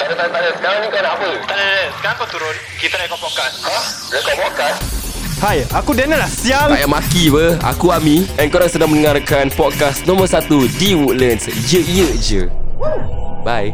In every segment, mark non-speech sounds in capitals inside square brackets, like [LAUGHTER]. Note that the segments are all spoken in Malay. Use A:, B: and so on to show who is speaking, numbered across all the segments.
A: ada, tak ada, tak ada. Sekarang ni kau nak apa?
B: Tak ada, tak ada. Sekarang kau turun Kita nak ikut podcast
A: Ha? Rekod podcast?
C: Hai, aku Daniel lah
D: Tak
C: sial.
D: payah maki apa Aku Ami And korang sedang mendengarkan Podcast nombor 1 Di Woodlands Ye ye je Bye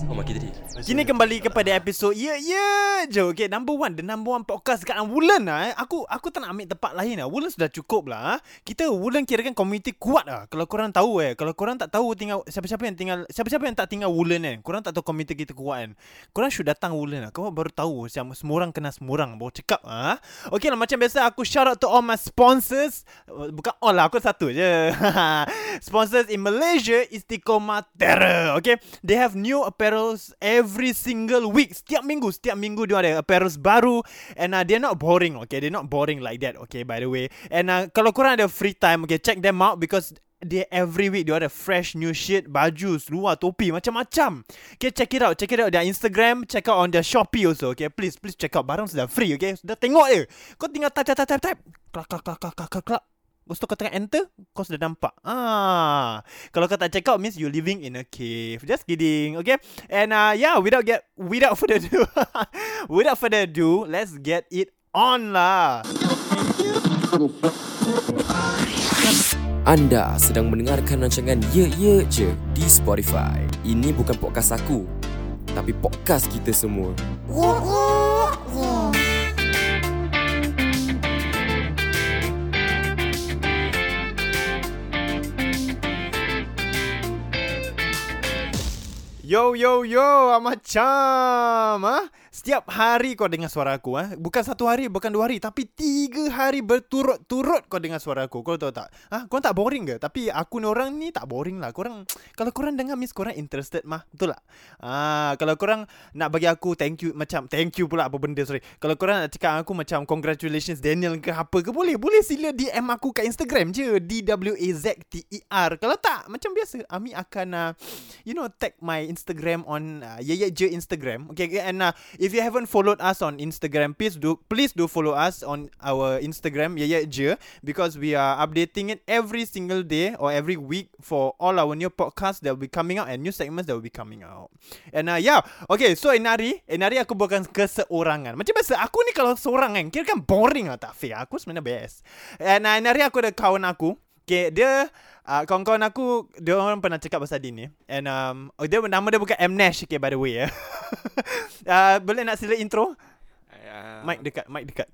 D: Kenapa maki tadi?
C: Kini kembali kepada episod Ye Ye je. Okay, number one. The number one podcast dekat Wulan lah. Eh. Aku aku tak nak ambil tempat lain lah. Wulan sudah cukup lah. ah. Kita Wulan kirakan komuniti kuat lah. Kalau korang tahu eh. Kalau korang tak tahu tinggal siapa-siapa yang tinggal siapa-siapa yang tak tinggal Wulan kan. Korang tak tahu komuniti kita kuat kan. Korang should datang Wulan lah. Korang baru tahu siapa semua orang kenal semua orang baru cakap ah. Ha? Okay lah macam biasa aku shout out to all my sponsors. Bukan all lah, aku satu je. [LAUGHS] sponsors in Malaysia Istiqomah Terror. Okay, they have new apparels every single week. Setiap minggu, setiap minggu dia ada apparels baru and uh, they're not boring. Okay, they're not boring like that. Okay, by the way. And uh, kalau korang ada free time, okay, check them out because they every week they ada fresh new shit baju seluar topi macam-macam okay check it out check it out their Instagram check out on their Shopee also okay please please check out barang sudah free okay sudah tengok je kau tinggal type type type type type klak klak klak klak klak klak, klak Lepas tu kau tekan enter Kau sudah nampak ah. Kalau kau tak check out Means you living in a cave Just kidding Okay And uh, yeah Without get Without [LAUGHS] further ado Without further ado Let's get it on lah
D: Anda sedang mendengarkan rancangan Ye ye je Di Spotify Ini bukan podcast aku Tapi podcast kita semua
C: Yo yo yo Amacam ha? Setiap hari kau dengar suara aku ha? Bukan satu hari Bukan dua hari Tapi tiga hari berturut-turut Kau dengar suara aku Kau tahu tak ha? Korang tak boring ke Tapi aku ni orang ni Tak boring lah Korang Kalau korang dengar Means korang interested mah Betul tak ha, Kalau korang Nak bagi aku Thank you Macam thank you pula Apa benda sorry Kalau korang nak cakap aku Macam congratulations Daniel ke apa ke Boleh Boleh sila DM aku Kat Instagram je D-W-A-Z-T-E-R E Kalau tak Macam biasa Ami akan uh, you know tag my Instagram on uh, Yeye Je Instagram. Okay, okay, and uh, if you haven't followed us on Instagram, please do please do follow us on our Instagram Yeye Je because we are updating it every single day or every week for all our new podcasts that will be coming out and new segments that will be coming out. And uh, yeah, okay, so Enari, Enari aku bukan keseorangan. Macam biasa, aku ni kalau seorang kan, kira kan boring lah tak fair. Aku sebenarnya best. And uh, Enari aku ada kawan aku. Okay, dia uh, kawan-kawan aku dia orang pernah cakap pasal dia ni. And um oh, dia nama dia bukan M Nash okay by the way ya. [LAUGHS] uh, boleh nak sila intro?
E: Uh,
C: Mic dekat, mic
E: [COUGHS]
C: dekat.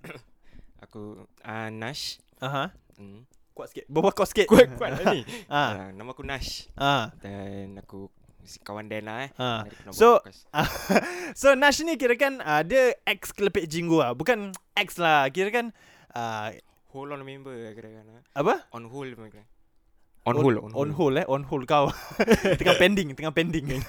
E: Aku uh, Nash.
C: Aha.
E: Hmm.
C: Kuat sikit. Bawa kau sikit.
E: Kuat kuat lah ni.
C: [LAUGHS] Ah.
E: Ah, nama aku Nash
C: Ah.
E: dan aku si kawan Dan lah eh.
C: Ah.
E: Dari Penobok
C: So-
E: Podcast.
C: so Nash ni kira kan uh, dia ex kelepek jinggu ah. Bukan ex lah. Kira kan uh,
E: hold on member lah kira-kira.
C: apa?
E: On hold member. On hold, on
C: on
E: hold.
C: hold eh, on hold kau. [LAUGHS] tengah pending, tengah pending. [LAUGHS]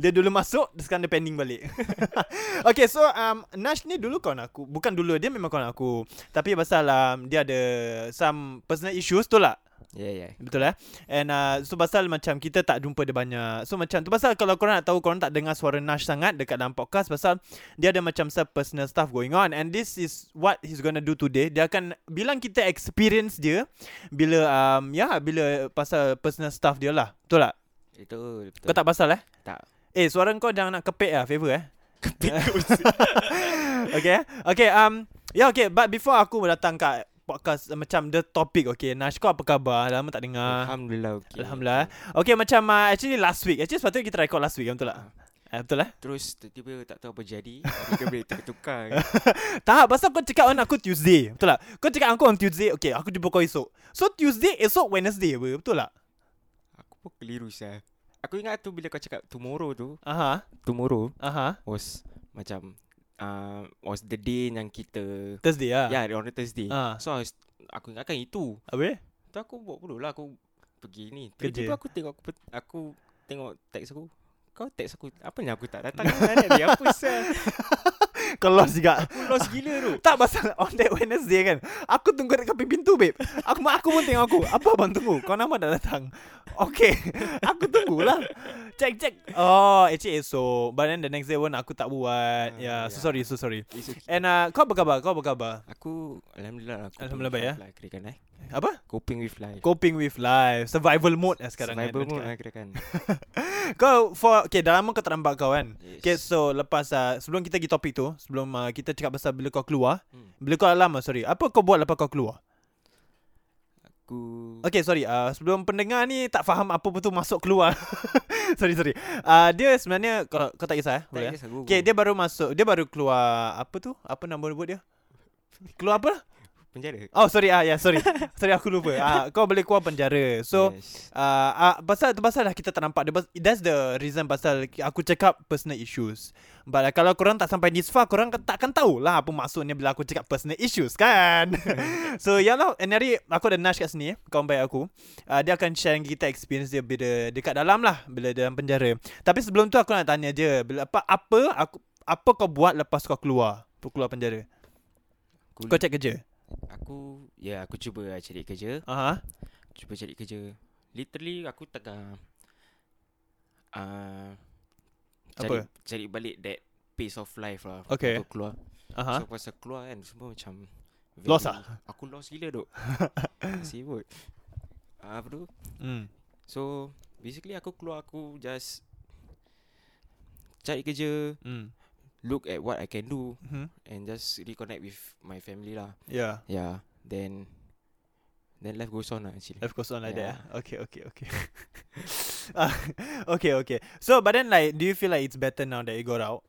C: dia dulu masuk, sekarang dia pending balik. [LAUGHS] okay, so um Nash ni dulu kawan aku. Bukan dulu, dia memang kawan aku. Tapi pasal um, dia ada some personal issues tu lah.
E: Ya ya.
C: Betul eh And uh, so pasal macam Kita tak jumpa dia banyak So macam tu pasal Kalau korang nak tahu Korang tak dengar suara Nash sangat Dekat dalam podcast Pasal dia ada macam Some personal stuff going on And this is What he's gonna do today Dia akan Bilang kita experience dia Bila um, Ya yeah, Bila pasal personal stuff dia lah Betul tak?
E: Itu betul.
C: Kau tak pasal eh?
E: Tak.
C: Eh suara kau jangan nak kepek lah Favor eh Kepek [LAUGHS] Okay eh? Okay um, Ya yeah, okay But before aku datang kat Podcast uh, Macam the topic Okay Nash kau apa khabar Lama tak dengar
E: Alhamdulillah okay.
C: ah. Alhamdulillah. Okay macam uh, actually last week. Actually sepatutnya kita record last week kan betul tak? Uh, betul lah.
E: Terus tiba-tiba tak tahu apa jadi. Kita boleh kan. tukar.
C: [LAUGHS] Tak, pasal kau cakap on aku Tuesday. Betul tak? Kau cakap aku on Tuesday. Okay, aku jumpa kau esok. So Tuesday, esok Wednesday apa? Betul tak?
E: Aku pun keliru sah. Aku ingat tu bila kau cakap tomorrow tu,
C: Aha,
E: tomorrow
C: aha.
E: was macam uh, was the day yang kita
C: Thursday lah.
E: Ya, yeah, on the Thursday.
C: Ah.
E: So I was, aku ingatkan itu.
C: Habis?
E: Tu aku buat bodoh lah aku pergi ni.
C: Kerja.
E: Tiba-tiba aku tengok aku, pe- aku tengok teks aku. Kau teks aku. Apa yang aku tak datang? Mana dia apa sel?
C: Kau lost juga.
E: Aku lost gila tu.
C: tak pasal [LAUGHS] on that Wednesday kan. Aku tunggu dekat tepi pintu babe. Aku mak aku pun tengok aku. Apa abang tunggu? Kau nama dah datang. Okay. aku tunggulah. Check check. Oh, actually esok. But then the next day pun aku tak buat. Ya, yeah, so
E: yeah.
C: sorry, so sorry.
E: It's okay.
C: And uh, kau apa khabar? Kau apa khabar?
E: Aku alhamdulillah aku
C: Alhamdulillah baik, ya.
E: Lah, kira kan eh.
C: Apa?
E: Coping with life.
C: Coping with life Survival mode lah sekarang
E: Survival
C: kan,
E: mode lah kira kan.
C: Kau for Okay dah lama kau tak nampak kau kan yes.
E: Yes.
C: Okay so lepas uh, Sebelum kita pergi topik tu Sebelum uh, kita cakap pasal Bila kau keluar hmm. Bila kau lama sorry Apa kau buat lepas kau keluar
E: Aku
C: [LAUGHS] Okay sorry uh, Sebelum pendengar ni Tak faham apa betul Masuk keluar [LAUGHS] Sorry sorry uh, Dia sebenarnya Kau, kau tak kisah eh? Boleh, eh?
E: kisah, go, go.
C: Okay dia baru masuk Dia baru keluar Apa tu Apa nama buat dia Keluar apa
E: penjara
C: Oh sorry ah ya yeah, [LAUGHS] sorry Sorry aku lupa ah, Kau boleh keluar penjara So
E: yes.
C: Uh, uh, pasal tu pasal lah kita tak nampak dia Bas- That's the reason pasal aku cakap personal issues But uh, kalau korang tak sampai this far Korang kan- takkan tahu lah apa maksudnya bila aku cakap personal issues kan [LAUGHS] So ya lah And hari aku ada Nash kat sini eh, Kawan baik aku uh, Dia akan share dengan kita experience dia bila dekat dalam lah Bila dalam penjara Tapi sebelum tu aku nak tanya dia bila apa, apa aku apa kau buat lepas kau keluar Kau keluar penjara
E: Aku,
C: Kau cek kerja
E: aku ya aku cuba lah cari kerja,
C: Aha.
E: cuba cari kerja. Literally aku tengah uh, cari
C: Apa?
E: cari balik that pace of life lah.
C: Okay.
E: Aku keluar.
C: Aha.
E: Huh? So pasal keluar kan semua macam very-
C: Lost ah?
E: Aku lost gila
C: [LAUGHS]
E: duk. Sibuk. Ah apa tu?
C: Hmm.
E: So basically aku keluar aku just cari kerja,
C: Hmm.
E: look at what I can do
C: Mhm.
E: and just reconnect with my family lah.
C: Yeah.
E: Yeah, then then life goes on lah actually.
C: Life goes on like that.
E: Yeah.
C: ah. Okay, okay, okay. [LAUGHS] Ah, okay, okay. So, but then, like, do you feel like it's better now that you got out?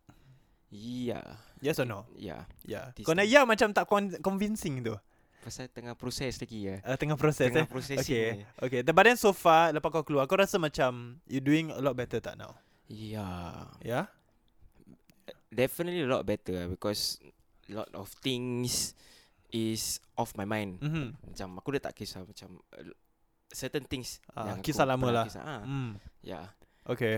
E: Yeah,
C: Yes or no?
E: yeah.
C: Yeah.
E: This
C: Kau nak ya macam tak con- convincing tu.
E: Pasal tengah proses lagi ya.
C: Uh, tengah proses
E: Tengah
C: eh.
E: processing.
C: Okay, okay. The- But then so far, lepas kau keluar, kau rasa macam you doing a lot better tak now? Ya?
E: Eh. Yeah.
C: Yeah.
E: Definitely a lot better ah, because lot of things is off my mind. Mm.
C: Mhm.
E: Macam aku dah tak kisah macam uh, certain things
C: Ah,
E: yang aku
C: kisah lama
E: pernah
C: lah.
E: Kisah. Ah,
C: Mm.
E: yeah.
C: Okay.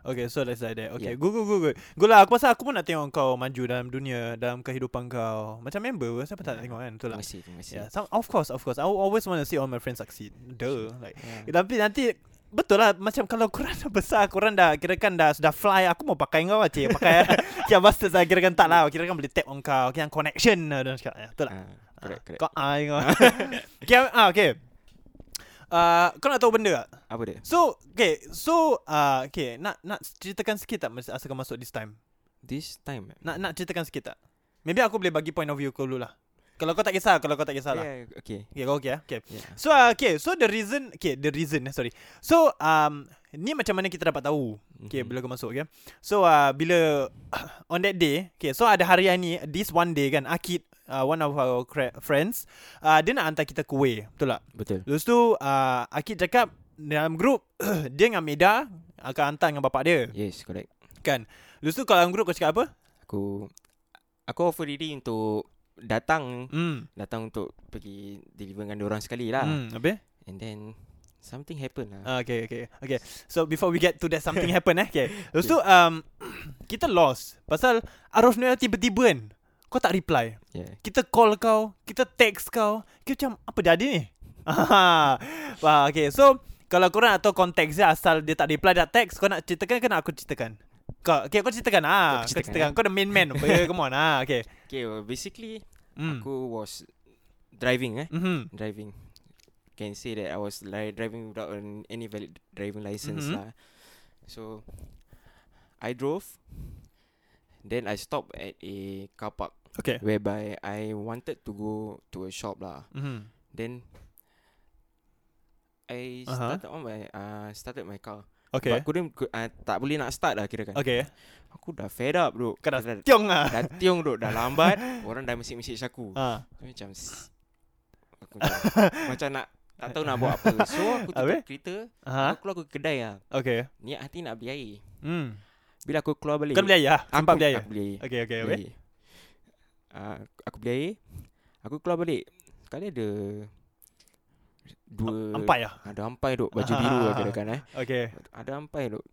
C: Okay, so that's like that. Okay,
E: Yeah.
C: good, good, good, good. Good lah, aku rasa aku pun nak tengok kau maju dalam dunia, dalam kehidupan kau. Macam member, siapa tak nak tengok kan? Betul
E: Terima
C: lah.
E: kasih, terima kasih.
C: Yeah, some, of course, of course. I will always want to see all my friends succeed. Duh, like.
E: Yeah.
C: Tapi nanti Betul lah Macam kalau korang dah [LAUGHS] besar Korang dah kirakan dah Sudah fly Aku mau pakai kau lah cik Pakai [LAUGHS] Kia bastard lah Kirakan tak lah Kirakan boleh tap on kau Kirakan connection lah Dia orang cakap Ya, Betul lah
E: Ah, correct, correct.
C: Kau ah
E: [LAUGHS]
C: kau [LAUGHS] Okay, ah, okay. Uh, kau nak tahu benda tak?
E: Apa dia?
C: So Okay So uh, Okay Nak nak ceritakan sikit tak Masa asal kau masuk this time
E: This time. eh?
C: Nak nak ceritakan sikit tak Maybe aku boleh bagi point of view kau dulu lah Kalau kau tak kisah Kalau kau tak kisah lah
E: Yeah, okay.
C: Okay, kau okay, ah? okay.
E: Yeah.
C: So, uh, okay. So, the reason... Okay, the reason. eh, Sorry. So, um, ni macam mana kita dapat tahu. Okay, bila kau masuk, okay. So, uh, bila... [COUGHS] On that day... Okay, so ada hari ni... This one day kan, Akid... Uh, one of our cra- friends uh, Dia nak hantar kita kuih Betul tak?
E: Betul.
C: Lepas tu uh, Akid cakap Dalam grup [COUGHS] Dia dengan Meda Akan hantar dengan bapak dia
E: Yes, correct.
C: Kan Lepas tu kalau dalam grup kau cakap apa?
E: Aku aku offer diri untuk datang
C: Hmm
E: datang untuk pergi deliver dengan orang sekali lah. Mm.
C: Hmm Habis?
E: And then something happen lah. Uh,
C: Ah, Okay, okay, okay. So before we get to that something happen eh, okay. Lepas tu um, [CLEARS THROAT] kita lost pasal Arif Noel tiba-tiba kan. Kau tak reply.
E: yeah.
C: Kita call kau, kita text kau. Kita macam apa jadi ni? [LAUGHS] Ah, Wah, okay. So kalau korang nak tahu konteks dia asal dia tak reply dah text, kau nak ceritakan ke nak aku ceritakan? Kau, okay, kau ceritakan ah.
E: Aku
C: Kau
E: ceritakan,
C: ceritakan. Kau the main man. apa, Come on ah, okay.
E: Okay, well, basically
C: Hmm.
E: mm. aku was driving eh. Mm.
C: Mhm.
E: Driving. Can say that I was like driving without an, any valid driving license
C: Mhm.
E: mm-hmm. lah. So I drove then I stopped at a car park
C: Okay.
E: whereby I wanted to go to a shop lah.
C: Mhm.
E: Then I
C: Aha.
E: started on my uh, started my car. Okay.
C: Uh-huh. Okay.
E: But couldn't could, uh, tak boleh nak start lah kira kan. Okay.
C: Okay.
E: Aku dah fed up bro.
C: Kau dah
E: dah,
C: tiong ah.
E: dah tiung bro, dah
C: [LAUGHS]
E: lambat. orang dah message-message aku.
C: Ah.
E: Aku macam "S-" [COUGHS] aku macam, macam nak tak tahu nak buat apa. So aku tutup
C: Habis? Ha?
E: kereta,
C: Aha.
E: aku keluar ke kedai lah.
C: Ah, Okay.
E: Niat hati nak beli air.
C: Hmm.
E: Bila aku keluar balik.
C: Kau beli ayah?
E: Aku
C: Sempat beli ayah?
E: Aku beli air.
C: Okay, okay,
E: Beli
C: okay.
E: air. Ah, aku beli air. Aku keluar balik. Sekali ada dua
C: Empat ya?
E: Ada ampai duk baju biru lah
C: Ah.
E: kira-kira eh.
C: Okay.
E: Ada ampai duk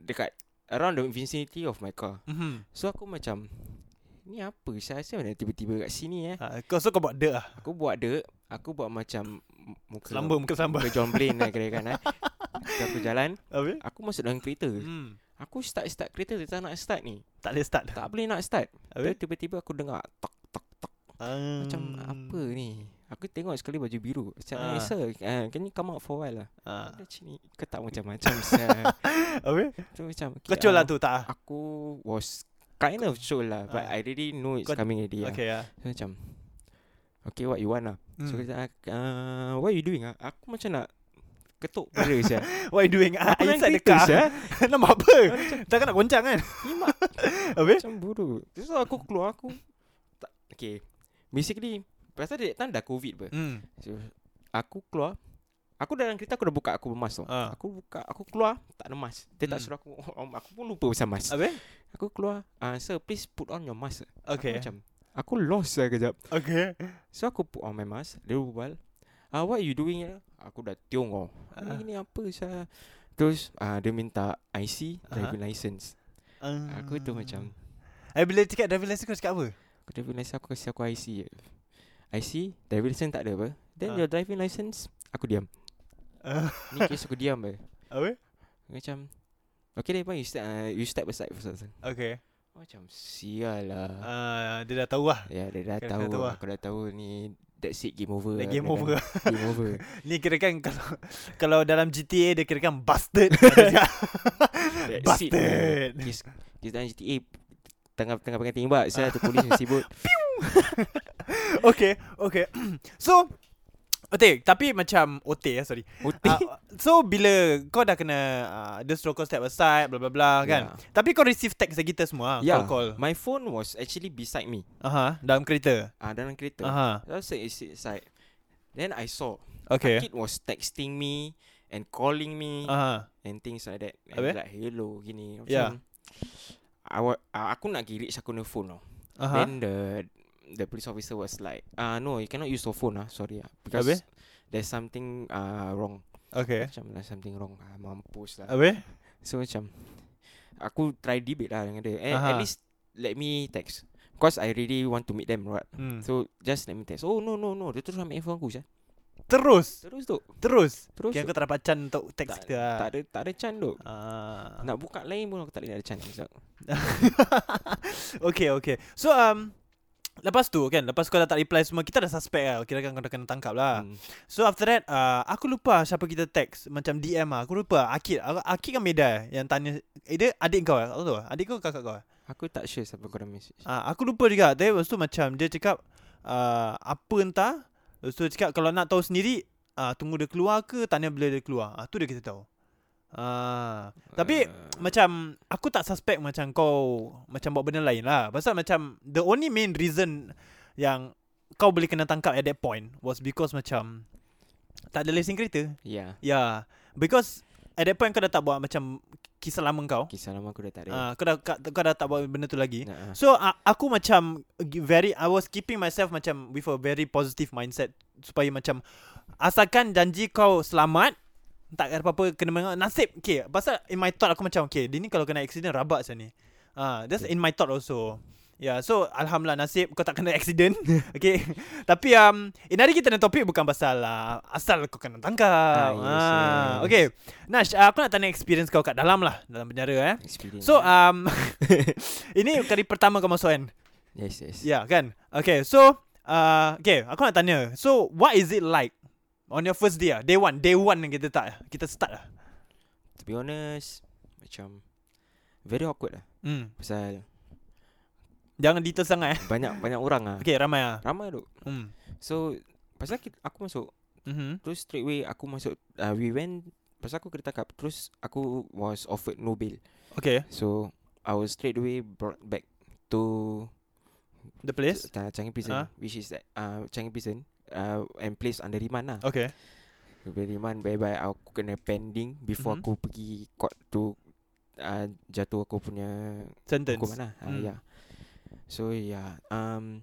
E: dekat around the vicinity of my car.
C: Mm-hmm.
E: So aku macam ni apa saya rasa mana tiba-tiba kat sini eh.
C: Ha, kau so kau buat dek lah.
E: Aku buat dek, aku buat macam m- muka
C: Selamba, muka selamba.
E: muka John Blaine lah kira-kira eh. Lepas aku jalan,
C: [LAUGHS] Habis?
E: aku masuk dalam kereta.
C: Hmm.
E: Aku start-start kereta dia tak nak start ni.
C: Tak boleh start.
E: Tak boleh nak start.
C: Habis?
E: Habis? Tiba-tiba aku dengar tok tok tok.
C: Um,
E: Macam apa ni? Aku tengok sekali baju biru Macam
C: Ah.
E: uh. Sir uh, Can you come out for a while lah
C: Ah.
E: Dia sini Ketak macam-macam [LAUGHS] sir.
C: Habis?
E: Tu macam okay,
C: Kecil lah
E: ah,
C: tu tak?
E: Aku was Kind of sure lah But
C: Ah.
E: I already know it's
C: Kau-
E: coming already
C: Yeah.
E: lah.
C: Okay, ya.
E: So macam Okay what you want lah
C: Mm.
E: So kita uh, What you doing ah? Aku macam nak Ketuk benda
C: [LAUGHS]
E: siya
C: What you doing? Ah, I
E: Aku yang eh?
C: inside the
E: kereta,
C: car.
E: sia.
C: [LAUGHS] Nampak apa? Takkan nak goncang kan?
E: Imak
C: Habis?
E: Macam bodoh So aku keluar aku tak, Okay Basically Pasal that time dah covid ber
C: Hmm.
E: so, Aku keluar Aku dalam kereta aku dah buka Aku bermas tau
C: Ah.
E: Aku buka Aku keluar Tak ada mask Dia tak
C: Mm.
E: suruh aku [LAUGHS] on- Aku pun lupa pasal mask
C: Habis?
E: Aku keluar uh, Sir please put on your mask
C: Okay.
E: Aku macam Aku lost lah kejap
C: Okay.
E: So aku put on my mask Dia berbual uh, What you doing here? Aku dah tiong oh.
C: Ah.
E: Uh. Ini apa saya Terus uh, dia minta IC Driving license
C: Um,
E: Aku tu macam
C: Eh, bila cakap driving license kau cakap apa?
E: Aku driving license aku kasi aku IC je IC Driving license tak ada apa Then
C: Ah.
E: your driving license Aku
C: [LAUGHS]
E: diam
C: Ah.
E: Ni case aku diam apa
C: Habis?
E: Macam Okay then you step, uh, you step aside first lah
C: Okay.
E: Aku Macam sial lah
C: Ah, dia dah tahu lah.
E: Ya dia dah
C: kena
E: tahu
C: tahu lah.
E: Aku dah tahu ni That's it game over
C: Dah
E: lah.
C: game
E: Dia
C: over.
E: dah- [LAUGHS] Game over
C: Ni kira kan kalau kalau dalam GTA dia kira kan
E: [LAUGHS]
C: bastard. Ada cakap,
E: That's it
C: bastard.
E: Kes Kes dalam GTA Tengah-tengah pengen tembak Saya tu polis yang
C: [LAUGHS]
E: sibuk
C: okay, okay. [CLEARS THROAT] so Otik, tapi macam Otik ya,
E: [LAUGHS]
C: sorry.
E: Otik
C: Uh, so bila kau dah kena uh, dia suruh kau step aside bla bla bla kan.
E: Yeah.
C: Tapi kau receive text dari kita semua ah,
E: Ya
C: call call.
E: My phone was actually beside me
C: Aha, dalam kereta.
E: Ah Dalam kereta
C: Aha.
E: I was like, side. Then I saw
C: Okay.
E: kid was texting me and calling me
C: Aha.
E: and things like that. And
C: Habis?
E: like hello gini. Macam
C: Yeah.
E: I wa- uh, aku nak pergi reach aku punya phone tau.
C: Aha.
E: Then the the police officer was like, ah uh, no, you cannot use your phone ah, sorry ah, because
C: Habis?
E: there's something uh, wrong.
C: Okay.
E: Macam there's something wrong. Ah, mampus lah.
C: Habis?
E: So macam aku try debate lah dengan dia. Eh,
C: Aha.
E: at least let me text. Because I really want to meet them, right?
C: Hmm.
E: So just let me text. Oh no no no, dia terus ambil handphone aku je.
C: Terus,
E: Terus tu.
C: terus.
E: Terus.
C: Kira kau
E: tu.
C: tak dapat chance untuk text
E: tak,
C: kita. lah.
E: tak ada tak ada chance dok.
C: Ah.
E: Nak buka lain pun aku tak boleh nak ada chance Zak.
C: okay, okay. So um Lepas tu kan Lepas kau dah tak reply semua Kita dah suspect lah Kira kan kau dah kena tangkap lah
E: Hmm.
C: So after that uh, Aku lupa siapa kita text Macam DM lah Aku lupa Akid Aku- Akid kan Meda Yang tanya eh, Dia adik kau eh? Kau tahu tak? Adik kau kakak kau eh?
E: Aku tak sure siapa kau dah message.
C: uh, Aku lupa juga Tapi lepas tu macam Dia cakap uh, Apa entah Lepas tu dia cakap Kalau nak tahu sendiri uh, Tunggu dia keluar ke Tanya bila dia keluar uh, Tu dia kita tahu Ah, tapi
E: Ah.
C: macam aku tak suspect macam kau macam buat benda lain lah. Pasal macam the only main reason yang kau boleh kena tangkap at that point was because macam tak ada lesen kereta.
E: Ya,
C: Yeah, because at that point kau dah tak buat macam kisah lama kau.
E: kisah lama aku dah tak ada.
C: Ah, kau dah kau dah tak buat benda tu lagi.
E: Nah, ah.
C: So uh, aku macam gi- very I was keeping myself macam with a very positive mindset supaya macam asalkan janji kau selamat tak ada apa-apa kena mengau nasib okay pasal in my thought aku macam okay dia ni kalau kena accident rabak macam ni ah that's in my thought also Yeah, so alhamdulillah nasib kau tak kena accident. [LAUGHS] okay. Tapi um ini hari kita nak topik bukan pasal uh, asal kau kena tangkap. Ah,
E: Ah, yes, yes.
C: okay. Nash, uh, aku nak tanya experience kau kat dalam lah, dalam penjara eh.
E: experience.
C: So um [LAUGHS] ini kali pertama kau masuk kan?
E: yes
C: Ya
E: yes.
C: yeah, kan? Okay so uh, Okay aku nak tanya So what is it like On your first day ah Day one Day one yang kita tak Kita start lah
E: To be honest, macam very awkward lah.
C: hmm.
E: Pasal
C: Jangan detail sangat eh
E: banyak banyak orang ah.
C: Okay ramai lah
E: Ramai dok.
C: hmm.
E: So pasal kita, aku masuk
C: mm-hmm.
E: terus straight away aku masuk uh, we went pasal aku kena tangkap terus aku was offered no bail.
C: Okay
E: So I was straight away brought back to
C: The place
E: uh, Changi Prison
C: Ah.
E: which is at uh, Changi Prison uh, and placed under remand lah.
C: Okay
E: Daripada remand whereby aku kena pending
C: Mhm.
E: before mm-hmm. aku pergi court tu uh, jatuh aku punya hukuman
C: Sentence
E: lah. Uh,
C: Mm.
E: yeah. So yeah, um,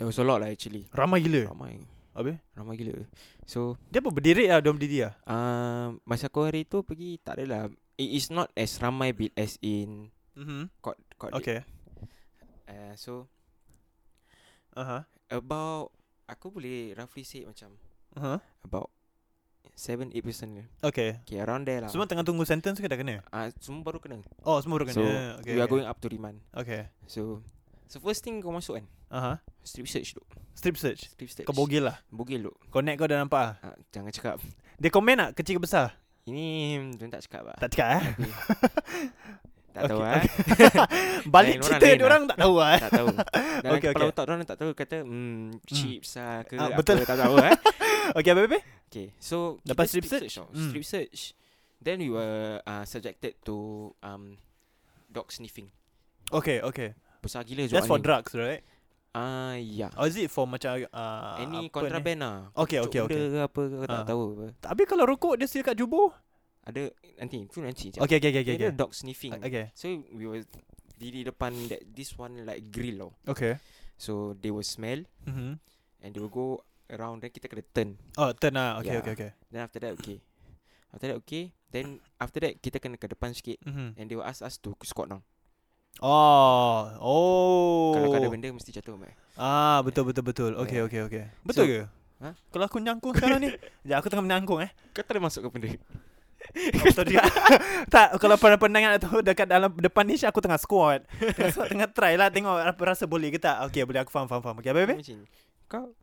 E: there was a lot lah actually.
C: Ramai gila
E: Ramai,
C: Habis
E: ramai gila. So
C: Dia apa berdiri lah Diorang berdiri lah
E: uh, masa aku hari tu pergi tak adalah. It is not as ramai bit as in
C: mm-hmm.
E: court court. date.
C: Okay
E: Uh, so
C: Aha
E: about aku boleh roughly say macam
C: uh-huh.
E: about 7 8% ni.
C: Okay
E: Okay, around there lah.
C: Semua tengah tunggu sentence ke dah kena
E: uh, semua baru kena.
C: Oh semua dah kena
E: So
C: okay,
E: we are
C: okay.
E: going up to remand.
C: okay
E: So So first thing kau masuk kan
C: Aha.
E: Strip search duk.
C: Strip search.
E: Strip search.
C: Kau bogel lah.
E: Bogil duk.
C: Connect kau dah nampak ah.
E: Ha, jangan cakap.
C: Dia komen tak kecil ke besar?
E: Ini tuan tak cakap lah.
C: Tak
E: Tak,
C: cakap
E: [LAUGHS]
C: eh.
E: tak tahu
C: okay,
E: ah.
C: Balik
E: Lain orang,
C: cerita
E: lain lah.
C: dia orang tak tahu
E: [LAUGHS]
C: ah.
E: tak
C: [LAUGHS]
E: tahu. Dalam
C: Okay,
E: okay, kepala
C: okay.
E: otak orang tak tahu kata hmm chips ah ke
C: Ah,
E: apa
C: betul.
E: tak tahu
C: [LAUGHS]
E: eh.
C: Okey, apa apa?
E: Okay, so
C: Lepas strip
E: kita
C: search?
E: tau.
C: Mm.
E: strip search, then we were uh, subjected to um, dog sniffing.
C: Okey, okey.
E: Besar gila
C: That's for
E: drug.
C: drugs, right?
E: Ah, ya.
C: Or is it for macam uh, apa
E: Any
C: ni?
E: contraband lah.
C: Okay, okay,
E: Cucuk
C: okay.
E: benda ke apa ke tak
C: Ah.
E: tahu apa.
C: Tapi kalau rokok dia still kat jubur.
E: Ada nanti, tu nanti je.
C: Okey, okey, okey,
E: okay,
C: okey.
E: okay. dog sniffing.
C: Okey.
E: So we were diri depan that this one like grill tau.
C: Okey.
E: So they will smell
C: Mhm.
E: and they will go around then kita kena turn.
C: Oh, turn lah. Okey,
E: Yeah.
C: okey, okey.
E: Then after that okay. After that okay. Then after that kita kena ke depan sikit
C: Mhm.
E: and they will ask us to squat down.
C: Oh, oh.
E: Oh. Kalau kau ada benda mesti jatuh mai.
C: Ah, betul betul betul. Okey
E: Yeah.
C: okey okey. Betul
E: So-
C: ke?
E: Ha?
C: Kalau aku nyangkung sekarang
E: [LAUGHS]
C: ni. Ya, aku tengah menyangkung eh.
E: Kau tak ada masuk ke benda.
C: Betul juga. [LAUGHS] tak, kalau para pendengar tu dekat dalam depan ni aku tengah squat. Tengah squat, tengah try lah tengok apa rasa boleh ke tak. Okey, boleh aku faham faham faham. Okey, apa apa?
E: Imagine. Kau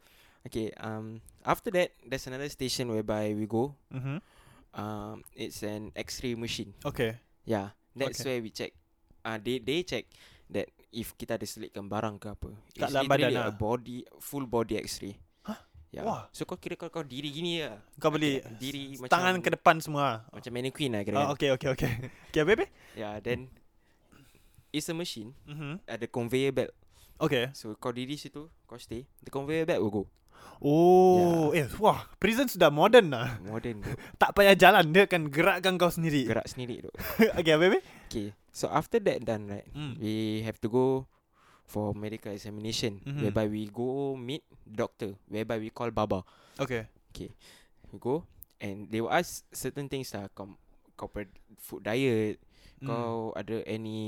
E: Okay, um, after that, there's another station whereby we go.
C: Mhm.
E: Um, it's an X-ray machine.
C: Okey.
E: Yeah, Ya, that's
C: Okay.
E: okay. where we check. Ah, uh, they they check that if kita ada selitkan barang ke apa.
C: Kat
E: It's
C: dalam
E: literally
C: badan
E: a
C: lah.
E: body full body X-ray.
C: Huh?
E: Yeah.
C: Wah.
E: So kau kira kau kau diri gini ya.
C: Kau boleh
E: diri macam
C: tangan ke depan semua.
E: macam mannequin lah kira.
C: Ah,
E: Oh, okay.
C: okey okey okey. Okey, apa apa?
E: Yeah, then it's a machine
C: Mhm.
E: ada conveyor belt.
C: Okey.
E: So kau diri situ, kau stay. The conveyor belt will go.
C: Oh, eh
E: Ya.
C: wah, prison sudah modern lah. [LAUGHS]
E: Modern tu.
C: Tak payah jalan dia akan gerakkan kau sendiri.
E: Gerak sendiri tu.
C: [LAUGHS] okey, apa apa?
E: Okay. So after that done right,
C: Mm.
E: we have to go for medical examination
C: Mhm.
E: whereby we go meet doctor whereby we call baba.
C: Okey.
E: We go and they will ask certain things lah com- corporate food diet
C: Mm.
E: kau ada any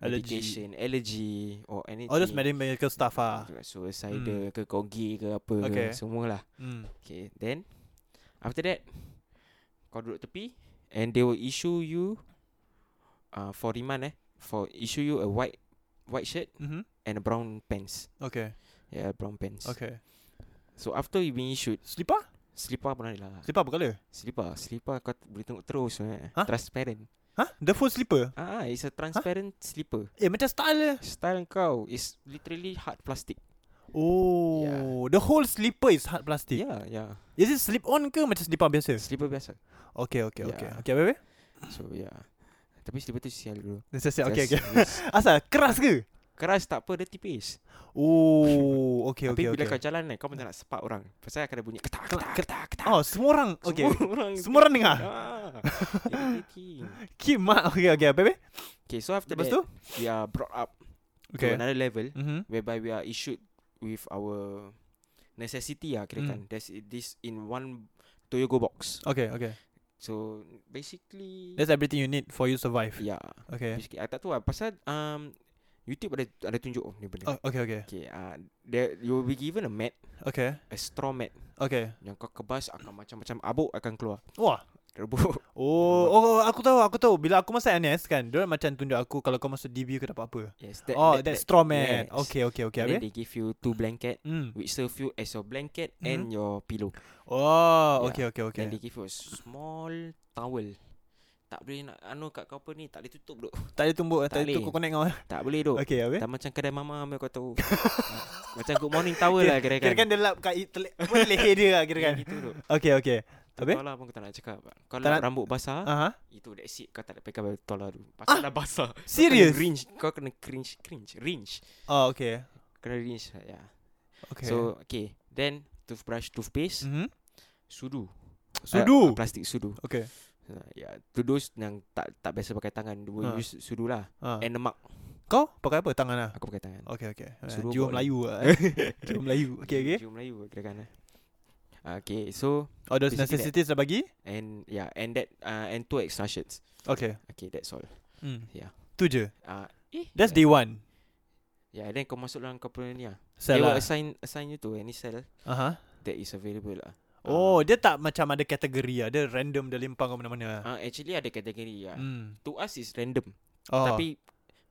C: Allergy.
E: medication allergy or anything
C: All those medical stuff ah. Hmm.
E: Like suicidal ke kau gay ke apa
C: Okay.
E: okay. ke semualah
C: Hmm.
E: okay then after that kau duduk tepi and they will issue you uh, for remand eh for issue you a white white shirt
C: Mhm.
E: and a brown pants
C: Okay.
E: yeah brown pants
C: Okay.
E: so after you been issued
C: Slipper?
E: slipper pun ada lah
C: Slipper berkala?
E: Slipper Slipper kau t- boleh tengok terus eh.
C: Ha?
E: ha? Transparent
C: Ha? The full slipper?
E: Ah, ah, It's a transparent ha? slipper
C: Eh macam style dia.
E: Style kau Is literally hard plastic
C: Oh,
E: Yeah.
C: the whole slipper is hard plastic.
E: Yeah yeah
C: Is it slip on ke macam slipper biasa?
E: Slipper biasa
C: Okay, okay, okay.
E: Yeah.
C: Okay, baby.
E: So yeah Tapi slipper tu sial dulu
C: Saya siap. Okay, okay.
E: loose.
C: Asal keras ke?
E: Keras tak apa Dia tipis
C: Oh, okay,
E: okay, Tapi
C: okay,
E: okay, bila
C: okay.
E: kau jalan eh, Kau macam nak sepak orang Pasal akan ada bunyi Ketak ketak ketak ketak
C: Oh, semua orang. Okay.
E: Semua orang
C: Semua orang dengar.
E: ah, irritating.
C: Kim mak. Okay, okay, baby.
E: Okay so after
C: Lepas
E: that
C: tu?
E: We are brought up okay. To
C: Okay.
E: another level
C: Mhm.
E: whereby we are issued with our necessity ah kira kan.
C: Mm.
E: There's i- this in one Toyogo box.
C: Okay, okay.
E: So basically
C: That's everything you need for you survive.
E: yeah.
C: Okay.
E: Basically I tak tahu lah pasal um YouTube ada ada tunjuk oh, ni benda.
C: Oh, okay, okay.
E: Okay, uh, there you will be given a mat,
C: Okay.
E: a straw mat
C: Okay.
E: yang kau kebas akan macam-macam abuk akan keluar.
C: Wah.
E: Rebuk.
C: Oh, oh, aku tahu, aku tahu. Bila aku masuk NS kan, dia macam tunjuk aku kalau kau masuk DB ke dapat apa.
E: [LAUGHS] Yes, that,
C: oh, that, straw man.
E: yes.
C: Okay, okay, okay.
E: And then
C: Habis?
E: they give you two blanket
C: Hmm.
E: which serve you as your blanket
C: Mhm.
E: and your pillow.
C: Oh,
E: Yeah.
C: okay, okay,
E: Okay.
C: okay.
E: Then they give you a small towel. Tak boleh nak anu kat kau apa ni tak boleh tutup duk.
C: Tak ada tumbuk eh. Tak ada
E: Tak
C: tu
E: boleh.
C: kau connect kau eh.
E: Tak boleh duk. Okay.
C: Okay habis
E: Tak macam kedai mama ambil kau tahu. [LAUGHS] Ah, macam good morning towel lah kira
C: Kira kan
E: kan.
C: dia lap kat i- tele- apa, leher dia lah
E: [LAUGHS]
C: kira kan
E: Gitu duk.
C: Okay okay Uh-huh. Habis?
E: Tola pun kau tak nak cakap. Kau
C: Tak
E: nak
C: nak- Ah.
E: rambut basah,
C: Aha.
E: itu that's it. Kau tak nak pakai baju tola dulu. Pasal dah basah. Kau kena
C: Ah. Serious?
E: Rinse. Kau kena cringe, cringe, rinse.
C: Oh okay
E: Kena rinse lah, yeah.
C: Okay
E: So, okay. Then toothbrush, toothpaste,
C: Mhm.
E: sudu.
C: Sudu?
E: Uh, plastik sudu.
C: Okay
E: Uh, yeah, to those yang tak tak biasa pakai tangan, we
C: Ah.
E: use sudu lah.
C: ha.
E: And lemak,
C: Kau pakai apa tangan lah
E: aku pakai tangan.
C: Okay okay Eh,
E: Suruh
C: Jiwa
E: buat
C: Melayu lah eh. [LAUGHS] Jiwa
E: [LAUGHS]
C: Melayu Okay okay
E: Jiwa Melayu kira kan eh. Ah, Okay so
C: All those
E: Basically
C: necessities dah bagi
E: And yeah And that uh, And two extra shirts
C: Okay
E: Okay that's all
C: Hmm.
E: Yeah.
C: Tu je
E: uh, Eh
C: That's day
E: yeah.
C: one
E: Yeah and then kau masuk dalam kau punya ni lah They
C: Sell
E: will
C: lah
E: assign Assign you to any cell
C: Aha.
E: That is available lah
C: Oh dia tak macam ada kategori lah Dia random dia lempang kau mana-mana lah
E: uh, Actually ada kategori lah
C: Hmm.
E: To us is random
C: Oh.
E: Tapi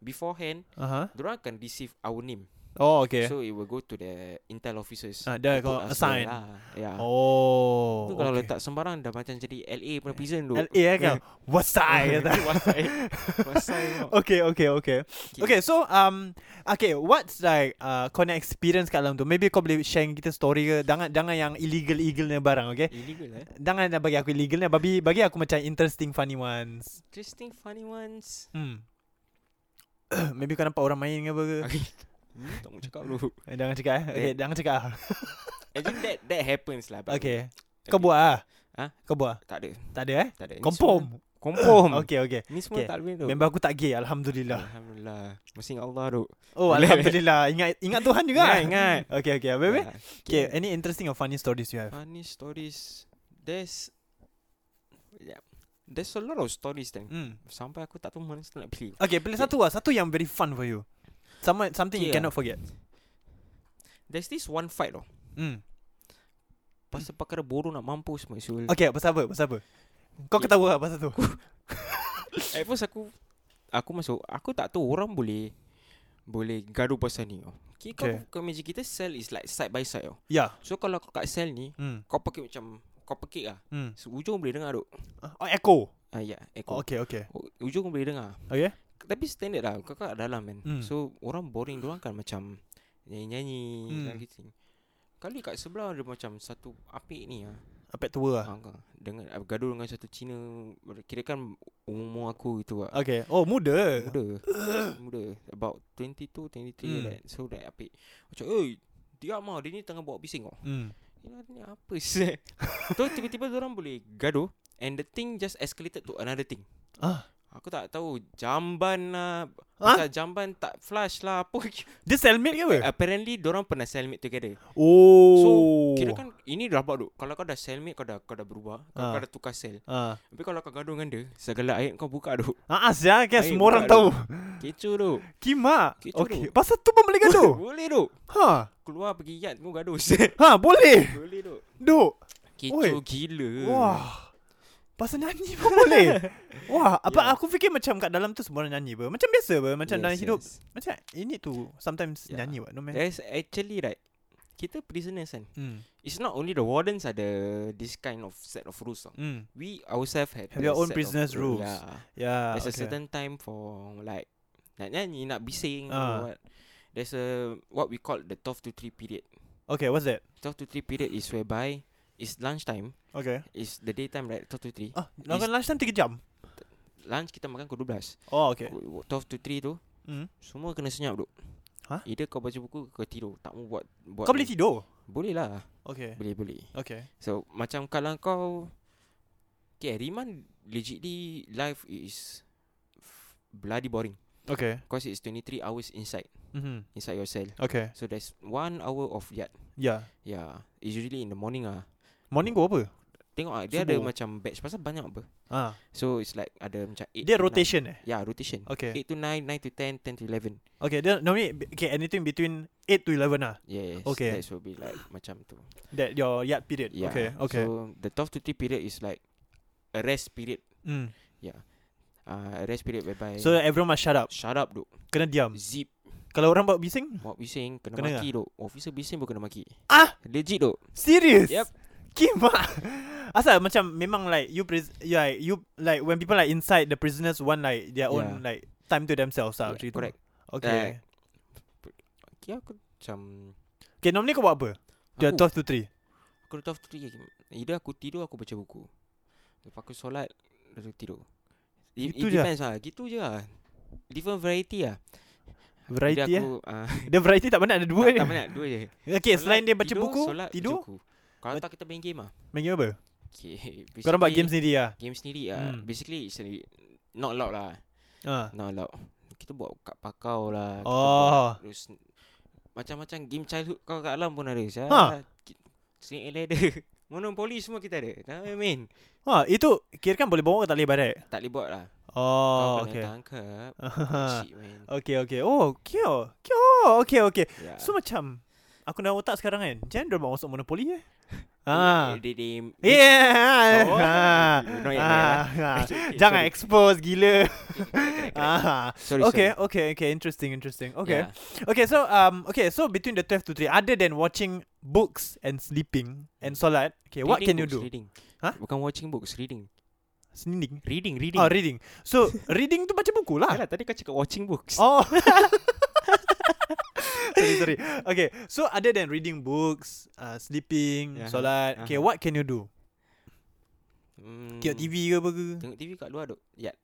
E: Beforehand
C: Aha.
E: Diorang akan receive our name
C: Oh, okay. So,
E: So it will go to the intel officers.
C: Ah, dia
E: to put
C: akan
E: us there
C: assign.
E: Lah. Yeah. Oh,
C: oh.
E: tu kalau
C: okay.
E: letak sembarang dah macam jadi LA punya prison tu.
C: LA eh, kan? What's
E: [LAUGHS]
C: I? [LAUGHS]
E: Wasai. Wasai. tau.
C: Okay, okay, okay. Okay, so um, okay, what's like uh, kau nak experience kat dalam tu? Maybe kau boleh share dengan kita story ke? Jangan jangan yang illegal illegal ni barang, okay?
E: Illegal eh.
C: Jangan nak bagi aku illegal ni, bagi bagi aku macam interesting funny ones.
E: Interesting funny ones.
C: Hmm. [COUGHS] Maybe kau nampak orang main ke apa ke?
E: Okay. Hmm, tak mau cakap [LAUGHS] dulu.
C: Eh, Jangan cakap eh. Okay,
E: Eh.
C: jangan cakap. ah.
E: Actually that that happens lah. but-
C: Okay. Kau buat ah.
E: Ah?
C: Kau buat? ah?
E: Tak ada.
C: Tak ada eh?
E: Tak ada. Ni semua-
C: Confirm.
E: Confirm.
C: Okay, okay.
E: Ni semua
C: Okay.
E: tak boleh tu.
C: Member aku tak gay, alhamdulillah.
E: Alhamdulillah. Mesti dengan Allah tu.
C: Oh,
E: Boleh.
C: alhamdulillah. Ingat ingat Tuhan juga. eh?
E: Ingat, ingat.
C: Okay, okay. Baby.
E: Yeah.
C: Okay, eh. any interesting or funny stories you have?
E: Ah, Funny stories. There's yeah. There's a lot of stories then.
C: Hmm.
E: Sampai aku tak tahu mana satu nak pilih.
C: Okay, pilih
E: Okay.
C: satu lah. Satu yang very fun for you. Some, something you
E: Okay
C: cannot
E: lah.
C: forget.
E: There's this one fight tau.
C: Hmm.
E: Pasal perkara bodoh nak mampus my soul.
C: Okay, pasal apa? Pasal apa? Kau
E: Okay.
C: ketawa lah pasal tu.
E: At first aku aku masuk aku tak tahu orang boleh boleh gaduh pasal ni. tau. Okay, kau,
C: Okay.
E: kau imagine kita cell is like side by side tau.
C: [LAUGHS] Ya.
E: So kalau kau kat cell ni,
C: Hmm.
E: kau pakai macam kau pekik lah.
C: Hmm.
E: So, ujung boleh dengar tu.
C: Oh, echo.
E: Ah ya,
C: Oh,
E: echo.
C: okay, okay.
E: Oh, Ujung boleh dengar.
C: Okay?
E: Tapi standard lah Kakak kat dalam kan
C: Hmm.
E: mm. So orang boring Diorang kan macam Nyanyi-nyanyi
C: Hmm.
E: mm. gitu. Kali kat sebelah Ada macam satu Apik ni lah
C: Apek tua lah.
E: ha. kan. Dengan Gaduh dengan satu Cina Kira kan Umur aku gitu lah
C: Okay. Oh, muda.
E: Muda Muda About 22 23 mm.
C: Hmm.
E: that. So that apik Macam Oi Diam lah Dia ni tengah bawa bising oh.
C: Hmm.
E: Yelah ni apa
C: [LAUGHS]
E: sih Tu tiba-tiba orang boleh gaduh And the thing just escalated to another thing
C: Ah.
E: Aku tak tahu Jamban lah
C: Ah?
E: Pasal jamban tak flash lah Apa [LAUGHS]
C: Dia cellmate ke apa?
E: Apparently orang pernah cellmate together
C: Oh.
E: So Kira kan Ini rabak tu Kalau kau dah cellmate Kau dah kau dah berubah Kau,
C: Ah.
E: kau dah tukar cell
C: Ah,
E: Tapi kalau kau gaduh dengan dia Segala ayat kau buka tu
C: ah sia kan
E: Baik,
C: semua orang
E: buka
C: tahu.
E: Kecoh tu
C: Kima.
E: Kecoh
C: Okay.
E: tu.
C: Pasal tu pun boleh [LAUGHS] gaduh.
E: [LAUGHS] Boleh tu
C: ha.
E: Keluar pergi yat Kau gaduh [LAUGHS]
C: Ha, boleh.
E: Boleh tu
C: Duk.
E: Kecoh gila
C: Hmm. Wah. Pasal nyanyi [LAUGHS] pun boleh. Wah, apa aku fikir macam kat dalam tu semua orang nyanyi ber. Macam biasa ber, macam Ya. yes, Ya. dalam hidup. Eh.
E: yes.
C: Macam you need to sometimes
E: Yeah.
C: nyanyi what, no man.
E: There's actually right Kita prisoners kan
C: Hmm.
E: It's not only the wardens Ada this kind of set of rules tau.
C: Hmm.
E: We ourselves had
C: Have
E: the
C: your own
E: set of
C: prisoners rules. Yeah.
E: Yeah There's
C: Ya, okay.
E: a certain time for like nak nyanyi, nak bising
C: Ah.
E: or what. There's a what we call the 12 to 3 period.
C: Okay, what's that?
E: 12 to 3 period is whereby it's lunchtime,
C: Okay.
E: is the daytime right 12 to 3.
C: Ah, makan lunchtime 3 jam.
E: Lunch kita makan pukul 12.
C: Oh, okay.
E: Pukul 12 to 3 tu
C: Hmm.
E: semua kena senyap duk.
C: Hah?
E: Either kau baca buku ke kau tidur, tak mau buat buat.
C: Kau boleh
E: ni.
C: tidur.
E: Boleh lah.
C: Okay.
E: Boleh boleh.
C: Okay.
E: So macam kalau kau Okay, Riman legitly life is f- bloody boring.
C: Okay.
E: Cause it's 23 hours inside
C: Mhm.
E: inside your cell.
C: Okay.
E: So there's one hour of yard.
C: Yeah.
E: Yeah, it's usually in the morning ah.
C: Morning go apa?
E: Tengok ah, dia ada
C: Subuh.
E: macam batch pasal banyak apa.
C: Ah.
E: So it's like ada macam 8
C: Dia rotation eh.
E: Yeah, rotation.
C: Okay.
E: 8 to 9, 9 to 10, 10 to 11.
C: Okay, dia normally be- okay anything between 8 to 11 lah.
E: Yes.
C: Okay.
E: That will be like macam tu.
C: That your yard period.
E: Yeah.
C: Okay, okay.
E: So the 12 to 3 period is like a rest period.
C: mm.
E: Uh, a rest period whereby
C: so everyone must shut up.
E: shut up duk.
C: Kena diam.
E: Zip.
C: Kalau orang buat bising,
E: Buat bising kena,
C: Kena
E: kena maki duk. Officer bising pun kena maki.
C: Ah!
E: Legit duk.
C: serious.
E: Yep.
C: [LAUGHS] Kima. Asal macam memang like you pris- you like you like when people like inside the prisoners want like their own
E: Yeah.
C: like time to themselves lah.
E: Yeah,
C: macam gitu.
E: correct.
C: Okay.
E: Like, Okay, aku macam
C: Okay, normally kau buat apa? Dia
E: Aku-
C: 12 to 3.
E: Aku dah tahu tidur Either aku tidur Aku baca buku Lepas aku solat Lepas aku tidur It,
C: Gitu
E: it
C: je? ah?
E: depends lah Gitu je lah Different variety lah
C: Variety
E: Either
C: eh.
E: aku, ah,
C: Dia variety tak banyak ada dua
E: [LAUGHS] Tak
C: je.
E: banyak Dua je
C: [LAUGHS] Okay, selain dia baca
E: tidur,
C: buku,
E: solat, baca
C: tidur,
E: buku. Kalau tak kita main game lah
C: main game apa?
E: Okay [LAUGHS]
C: Kau orang buat
E: basically,
C: game sendiri lah.
E: Game sendiri lah
C: Hmm.
E: Basically it's a, Not allowed lah
C: Ah.
E: Not allowed Kita buat kat pakau lah kita buat
C: Oh.
E: Terus Macam-macam game childhood Kau kat alam pun ada Saya
C: Ha.
E: Snake and ladder [LAUGHS] Monopoly semua kita ada Tak main
C: Ha, itu kira kan boleh bawa ke tak boleh barat?
E: Tak boleh buat lah
C: Oh,
E: Kau kena
C: okay. [LAUGHS]
E: tangkap Cik man Ya.
C: okay, okay. Oh, kio. Kio. Okay, okay.
E: yeah.
C: So macam aku dah otak sekarang kan. Jangan dia masuk monopoli eh. Ah.
E: They, they, they
C: Yeah. [LAUGHS]
E: Oh.
C: Ah.
E: You know
C: [LAUGHS]
E: yang
C: Ah.
E: lain lah.
C: Jangan
E: Sorry.
C: expose
E: [LAUGHS]
C: gila. [LAUGHS]
E: correct, correct.
C: ah.
E: Sorry, Ya.
C: okay, okay, okay. Interesting, interesting. Okay.
E: Yeah.
C: Okay, so um okay, so between the 12 to 3 other than watching books and sleeping and solat, okay, what can
E: Reading
C: you
E: books,
C: do?
E: Reading.
C: Huh?
E: Bukan watching books, reading.
C: Sneaking.
E: Reading, reading.
C: Oh, reading. So, [LAUGHS] reading tu baca buku lah.
E: Yalah, tadi kau cakap watching books. [LAUGHS]
C: Oh. [LAUGHS] sorry, sorry. Okay, so other than reading books, uh, sleeping,
E: Yeah.
C: solat, okay,
E: Aha.
C: what can you do?
E: Hmm,
C: Tengok TV ke apa ke?
E: Tengok TV kat luar duk. Ya.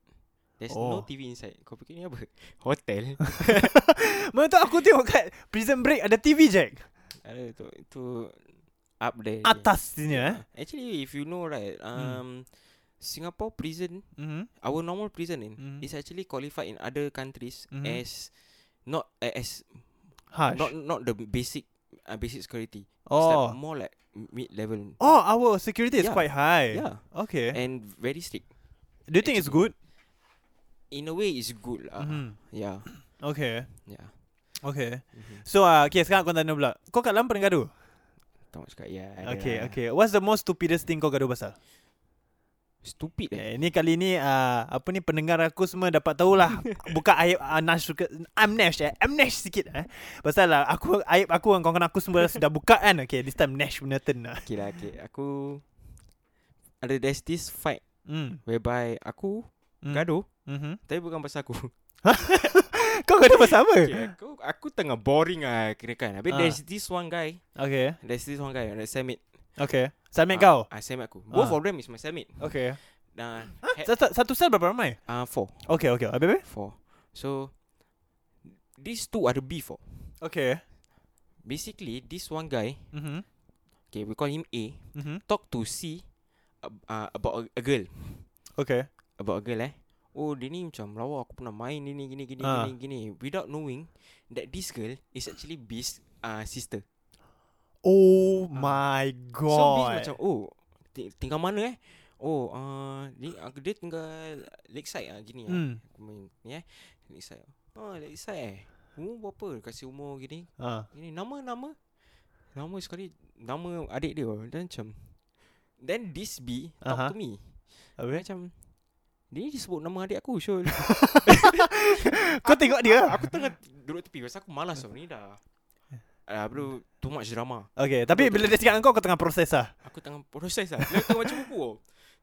E: There's
C: Oh.
E: no TV inside. Kau fikir
C: [LAUGHS]
E: ni apa? Hotel.
C: Mana tahu aku tengok kat Prison Break ada TV Jack.
E: [LAUGHS] Ada tu tu up there. je.
C: Atas sini eh. Hmm.
E: Actually if you know right, um Singapore prison,
C: Mhm.
E: our normal prison in
C: Mm.
E: is actually qualified in other countries
C: Mhm.
E: as not uh, as
C: Harsh.
E: not not the basic uh, basic security. It's
C: oh.
E: like more like mid level.
C: Oh, our security is
E: Yeah.
C: quite high.
E: Yeah. Eh,
C: Okay.
E: And very strict.
C: Do you think it's good?
E: In a way it's good lah.
C: Mhm.
E: Yeah.
C: Okay.
E: Yeah.
C: Okay.
E: Mhm.
C: So, uh, okay, sekarang aku tanya pula. Kau kat dalam pernah gaduh?
E: Tak nak cakap ya. ada
C: Okay,
E: lah.
C: okay. What's the most stupidest thing kau gaduh pasal?
E: Stupid
C: Eh,
E: eh.
C: ni kali ni uh, apa ni pendengar aku semua dapat
E: [LAUGHS]
C: tahulah buka aib uh, Nash suka I'm Nash eh I'm Nash sikit eh pasal lah aku aib aku dengan kawan-kawan aku
E: [LAUGHS]
C: semua sudah buka kan okay this time Nash punya turn lah
E: Okay lah okay Aku Ada there's this fight
C: hmm
E: Mm, Whereby aku
C: hmm.
E: Gaduh
C: mm-hmm.
E: Tapi bukan pasal aku
C: kau gaduh pasal apa
E: okay, aku, aku tengah boring lah Kira kan
C: Eh.
E: Habis
C: Ah.
E: there's this one guy
C: okay
E: There's this one guy That Samit
C: okay samit
E: Ah,
C: kau
E: Ah, Samit aku Both
C: Ah.
E: of them is my Samit
C: okay
E: Nah, ha?
C: satu, satu sel berapa ramai
E: uh, Four
C: okay okay habis habis
E: Four So These two are the beef oh.
C: okay
E: Basically This one guy
C: mhm
E: Okay we call him A
C: mhm
E: Talk to C ab- uh, About a, a girl
C: okay
E: about a girl eh. Oh dia ni macam lawa aku pernah main dia ni gini gini
C: Ah.
E: gini gini without knowing that this girl is actually Beast uh, sister.
C: oh my
E: So Beast
C: god
E: macam oh ti- tinggal mana eh? Oh uh, ni aku dia tinggal Lakeside ah gini ah.
C: hmm
E: Aku main ni eh. Lakeside. Oh Lakeside eh. Umur berapa kasih umur gini?
C: ah
E: Gini nama nama nama sekali nama adik dia dan macam then this B talk
C: Aha.
E: to me.
C: habis
E: Macam dia ni disebut nama adik aku Syul.
C: kau tengok dia
E: Aku tengah duduk tepi Pasal aku malas tau Ni dah Ah, bro, too much drama
C: okay tapi bila dia cakap dengan kau kau tengah proses lah
E: Aku tengah proses lah Dia tengah baca buku tau.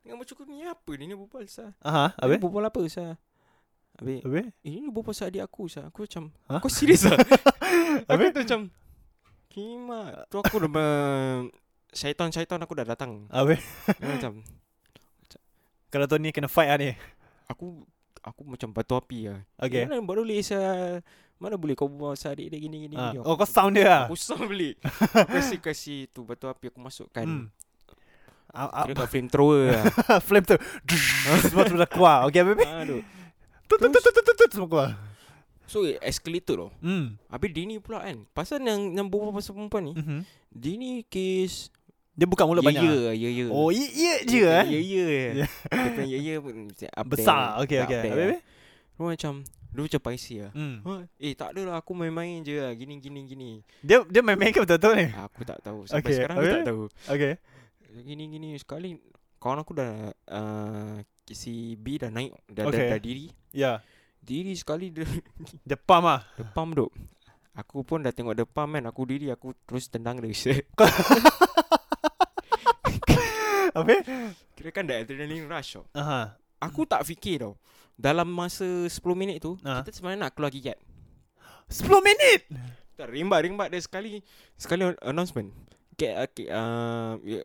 E: Tengah baca buku ni apa ni Ni berbual sah
C: aha
E: Ni
C: habis
E: berbual apa sah Habis
C: habis
E: Eh ni berbual pasal adik aku sah Aku macam
C: Hah?
E: Kau serius
C: [LAUGHS]
E: lah Aku
C: Habis?
E: tu macam Kimak Tu aku dah ber- Syaitan-syaitan aku dah datang
C: habis
E: Aku Macam
C: kalau tu ni kena fight ah ni
E: Aku Aku macam batu api lah
C: Okay.
E: Mana boleh sah Mana boleh kau berbual pasal adik dia gini gini
C: Ah.
E: gini.
C: Oh kau sound dia lah
E: Aku sound beli Aku Kasi kasi tu batu api aku masukkan
C: hmm.
E: hmm.
C: Ah,
E: Kira kat flamethrower
C: [LAUGHS]
E: lah
C: ah, Flame tu Semua tu dah keluar Okay baby
E: Aduh
C: Tut tut tut tut tut, tut Semua keluar
E: So it escalated loh
C: Hmm
E: Habis Dini pula kan Pasal yang, yang berbual pasal perempuan ni
C: Mhm.
E: Dini kes
C: Dia buka mulut banyak ah?
E: Ya ya ya
C: Oh ye ye je eh
E: Ya ya
C: Ya.
E: Dia punya ya ya pun up there,
C: Besar Okay
E: up
C: okay
E: there.
C: Baby
E: Dia macam Dia macam paisi lah
C: hmm.
E: Huh? Eh tak ada lah aku main-main je lah Gini gini gini Ah,
C: Dia dia main makeup betul-betul ni
E: Aku tak tahu
C: Eh.
E: Sampai
C: Okay,
E: sekarang aku tak
C: habis?
E: tahu
C: Okay
E: Gini gini sekali Kawan aku dah uh, Si B dah naik Dah,
C: Okay.
E: dah, dah diri
C: Ya
E: Diri sekali dia
C: Dia pump lah
E: The pump duk Aku pun dah tengok the pump kan Aku diri aku terus tendang dia [LAUGHS] Shit.
C: Habis
E: Kira kan dah adrenaline rush tau
C: Aha.
E: Aku
C: Hmm.
E: tak fikir tau Dalam masa 10 minit tu
C: Ah.
E: Kita sebenarnya nak keluar gigat
C: 10 minit
E: Tak rimbat-rimbat dia sekali Sekali an- announcement okay, okay, uh, yeah,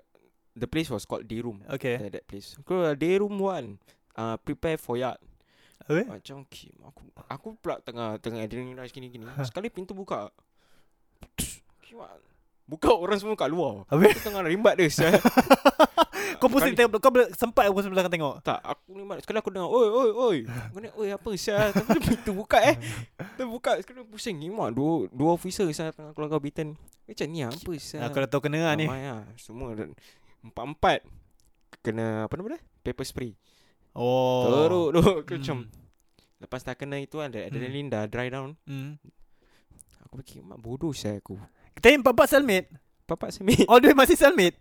E: The place was called day room
C: Okay
E: That, that place Kau day room one uh, Prepare for yard
C: Habis
E: Macam okay, aku aku pula tengah tengah adrenaline rush gini gini.
C: Ha.
E: Sekali pintu buka. Kimak. Buka orang semua kat luar.
C: Habis?
E: Aku tengah rimbat dia.
C: Ah,
E: Saya,
C: Kau pusing tengok Kau boleh sempat aku sebelah tengok
E: tak, aku rimbat. Sekali aku dengar, "Oi, oi, oi." Aku ni, "Oi, apa saya?" [LAUGHS] Tapi pintu buka eh. Dia buka, sekali aku pusing. Kimak dua dua officer saya tengah keluarga Britain. Eh, macam ni apa saya?
C: Nah, Kau dah tahu kena lah ni
E: Ramai lah. Semua dah- empat-empat kena apa nama dia? Paper spray.
C: Oh
E: Teruk tu. [LAUGHS] Aku
C: Hmm.
E: macam lepas dah kena itu kan, dah- adrenaline dah dry down.
C: hmm.
E: Aku fikir mak bodoh saya aku.
C: Kita yang empat-empat cellmate
E: Papak [LAUGHS] semit
C: All the way masih cellmate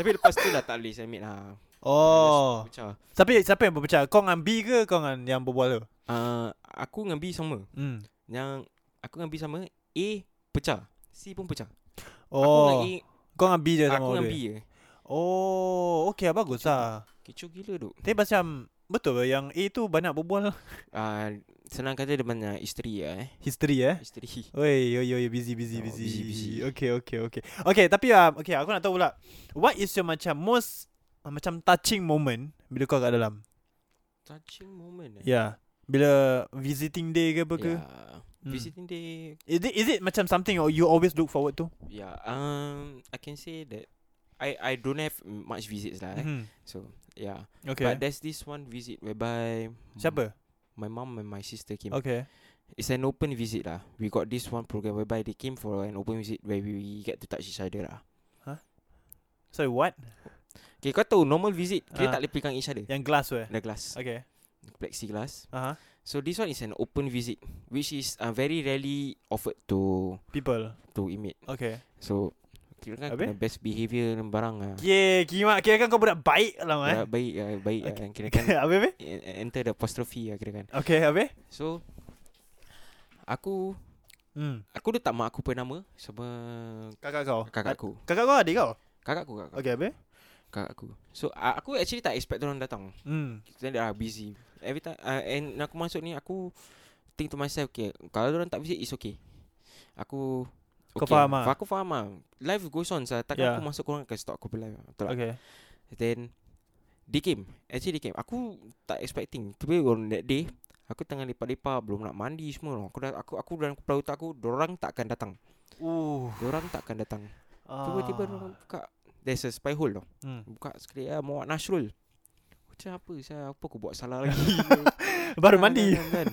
E: Tapi lepas tu dah tak boleh semit lah
C: Oh
E: Macam
C: Siapa siapa yang berpecah Kau dengan B ke Kau dengan yang berbual tu
E: uh, Aku dengan B sama
C: hmm.
E: Yang Aku dengan B sama A pecah C pun pecah Aku dengan
C: Oh
E: A
C: Kau dengan B je sama
E: Aku dengan
C: dia.
E: B je
C: Oh Okay bagus lah
E: Kecoh gila duk
C: Tapi macam Betul ke yang A tu banyak berbual
E: uh, Senang kata dia banyak isteri lah eh [LAUGHS]
C: History eh
E: Isteri
C: Oi, oi, oi, busy, busy,
E: Oh,
C: busy.
E: busy, busy.
C: Okay, okay, okay. Okay, tapi um, okay, aku nak tahu pula. What is your macam most uh, macam touching moment bila kau kat dalam?
E: Touching moment eh
C: Yeah. Bila visiting day ke apa Ya, ke?
E: Ya.
C: Hmm.
E: Visiting day
C: Is it is it macam something you always look forward to?
E: Yeah, um, I can say that I I don't have much visits lah. Eh.
C: Mm-hmm.
E: So yeah,
C: Okay.
E: but there's this one visit whereby
C: Siapa?
E: my mom and my sister came.
C: Okay.
E: It's an open visit lah. We got this one program whereby they came for an open visit where we get to touch each other lah.
C: So what?
E: Okay, kau tahu normal visit kita
C: Ah.
E: tak boleh pegang each other.
C: Yang glass weh.
E: The glass,
C: Okay.
E: plexiglass.
C: Uh huh.
E: So this one is an open visit, which is uh, very rarely offered to
C: People.
E: to inmate.
C: Okay.
E: So kira kan
C: Habis?
E: kena best behaviour dan barang lah.
C: Yeah, kira kira kan kau budak baik lah eh.
E: Berat Baik, uh, baik,
C: Okay.
E: okay. kira kan
C: [LAUGHS] Habis habis?
E: en- enter the apostrophe lah kira kan
C: Okay, habis?
E: So Aku
C: Hmm.
E: Aku letak mak aku punya nama Sama
C: Kakak kau.
E: kakak aku
C: Kakak kau adik kau?
E: Kakak aku kakak,
C: Okay, habis?
E: kakak aku So uh, aku actually tak expect orang datang
C: Hmm.
E: Kita dah ah, busy Every time uh, And aku masuk ni aku Think to myself okay, Kalau orang tak visit it's okay Aku
C: Kau faham ah?
E: Aku faham lah Life goes on sah. Takkan
C: Yeah.
E: aku masuk korang akan stop aku punya life Betul okay.
C: Okay.
E: Then They came Actually they came Aku tak expecting Tapi on that day Aku tengah lepak-lepak Belum nak mandi semua Aku dah aku aku dalam kepala otak aku Diorang takkan datang
C: Uh.
E: Diorang takkan datang Tiba-tiba diorang buka There's a spy hole tau
C: Ah. Hmm.
E: Buka sekali lah Muat Nasrul Macam apa saya Apa aku buat salah lagi
C: [LAUGHS] Baru
E: Kan,
C: mandi. Ah.
E: kan, kan.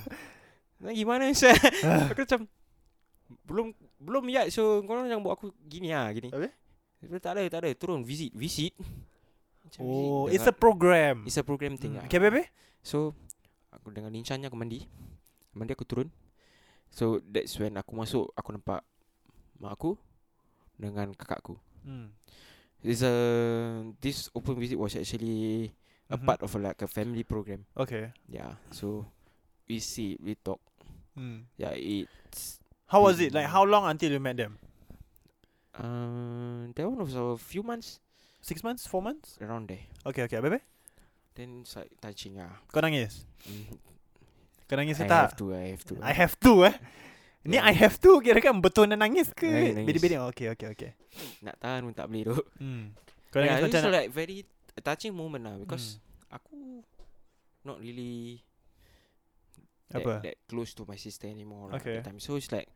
E: Nak gimana saya Aku macam Belum Belum yat So korang jangan buat aku Gini lah gini
C: Habis?
E: Dia tak ada tak ada Turun visit Visit Macam
C: Oh,
E: visit.
C: it's a program. Hmm.
E: It's a program thing lah.
C: Okay, baby.
E: So Aku dengan lincahnya aku mandi Mandi aku turun So that's when aku masuk Aku nampak Mak aku Dengan kakak aku
C: Hmm.
E: It's a This open visit was actually A
C: Mhm.
E: part of a, like a family program
C: Okay.
E: Yeah So We see We talk
C: Hmm.
E: Yeah it's
C: How was it?
E: Hmm.
C: Like how long until you met them?
E: uh, That one was a few months
C: Six months, four months?
E: Around there
C: Okay, okay, baby.
E: Then it's like touching ah.
C: Kau nangis.
E: Mm,
C: Kau nangis
E: I
C: ke Mm-hmm. tak?
E: have to I have to
C: I have to eh. Ni
E: Yeah.
C: I have to kira kan betul nak nangis ke?
E: Nangis, nangis.
C: Bedek-bedek. Okay, okay, okay.
E: Nak tahan pun tak boleh tu
C: Hmm. Kau nangis
E: Yeah, it's
C: macam Hmm.
E: a,
C: mana?
E: like very touching moment lah Because Aku Not really that,
C: Apa?
E: that close to my sister anymore lah
C: Okay.
E: okay. time. So it's like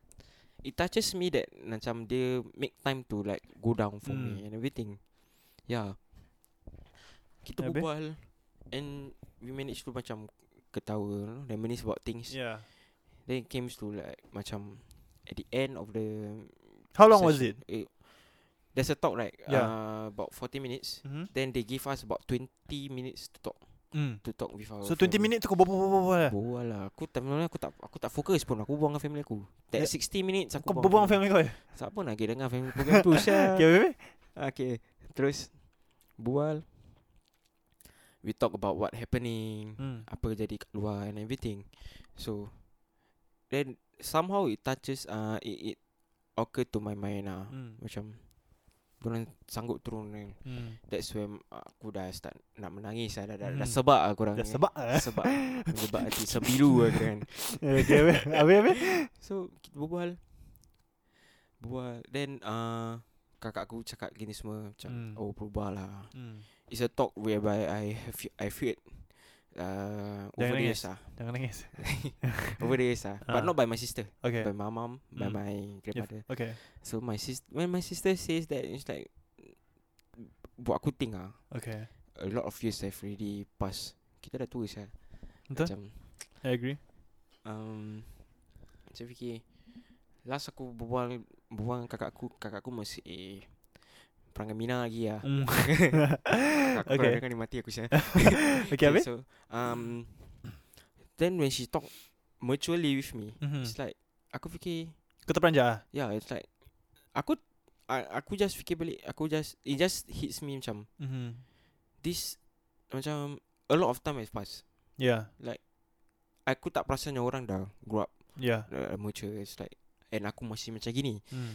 E: it touches me that macam dia make time to like go down for me
C: Hmm.
E: and everything. Yeah. Kita
C: Habis?
E: berbual and we managed to macam ketawa, you know, reminisce about things. Yeah.
C: Yeah.
E: Then it came to like macam at the end of the
C: How long was it?
E: session, eh, there's a talk right?
C: Yeah.
E: Uh, about 40 minutes.
C: Hmm.
E: Then they give us about 20 minutes to talk
C: Hmm.
E: to talk with our
C: So 20
E: family.
C: minit tu kau berbual-bual.
E: Berbual lah Aku tak sebenarnya aku tak aku tak fokus pun Aku buang dengan family aku That
C: Ya.
E: 60 minutes aku
C: Kau berbual dengan family kau. eh?
E: Siapa nak pergi dengar family program tu
C: [LAUGHS]
E: Syah
C: Okay, baby.
E: Okay Terus Bual We talk about what happening
C: Hmm.
E: Apa jadi kat luar and everything So Then somehow it touches uh, It, it occur to my mind lah
C: Hmm.
E: Macam Diorang sanggup turun ni
C: Hmm.
E: That's when aku dah start nak menangis lah Dah, dah, dah
C: Mhm.
E: sebab lah korang
C: Dah
E: ni.
C: sebab eh.
E: Sebab Sebab hati sembilu
C: [LAUGHS]
E: lah kan
C: Okay, baby. Habis, habis.
E: So kita berbual Berbual Then uh, Kakak aku cakap gini semua Macam
C: Hmm.
E: mm. Oh berubah lah
C: Hmm.
E: It's a talk whereby I have I feared uh,
C: Jangan
E: Over the
C: nangis.
E: years lah
C: Jangan nangis.
E: Over the years lah
C: Ah.
E: But not by my sister
C: Okay.
E: By my mom By
C: Mm.
E: my
C: Yeah.
E: grandmother
C: Okay.
E: So my sis When my sister says that It's like Buat aku think ah
C: Okay.
E: A lot of years have already passed Kita dah tua lah
C: Betul.
E: Macam
C: I agree.
E: um, Saya fikir Last aku berbual Berbual dengan kakak aku Kakak aku masih eh, Perangai Mina lagi lah
C: Hmm.
E: Kakak aku
C: [LAUGHS] Okay.
E: okay. dengan dia mati aku saya
C: [LAUGHS] Okay, habis?
E: so, um, Then when she talk Maturely with me
C: Mhm.
E: It's like Aku fikir
C: Kau terperanjat ah?
E: Yeah it's like Aku a- aku just fikir balik Aku just It just hits me macam
C: Mm-hmm.
E: This Macam A lot of time has passed
C: Yeah.
E: Aku tak perasan yang orang dah Grow up
C: Yeah.
E: dah Mature It's like And aku masih macam gini
C: Mm.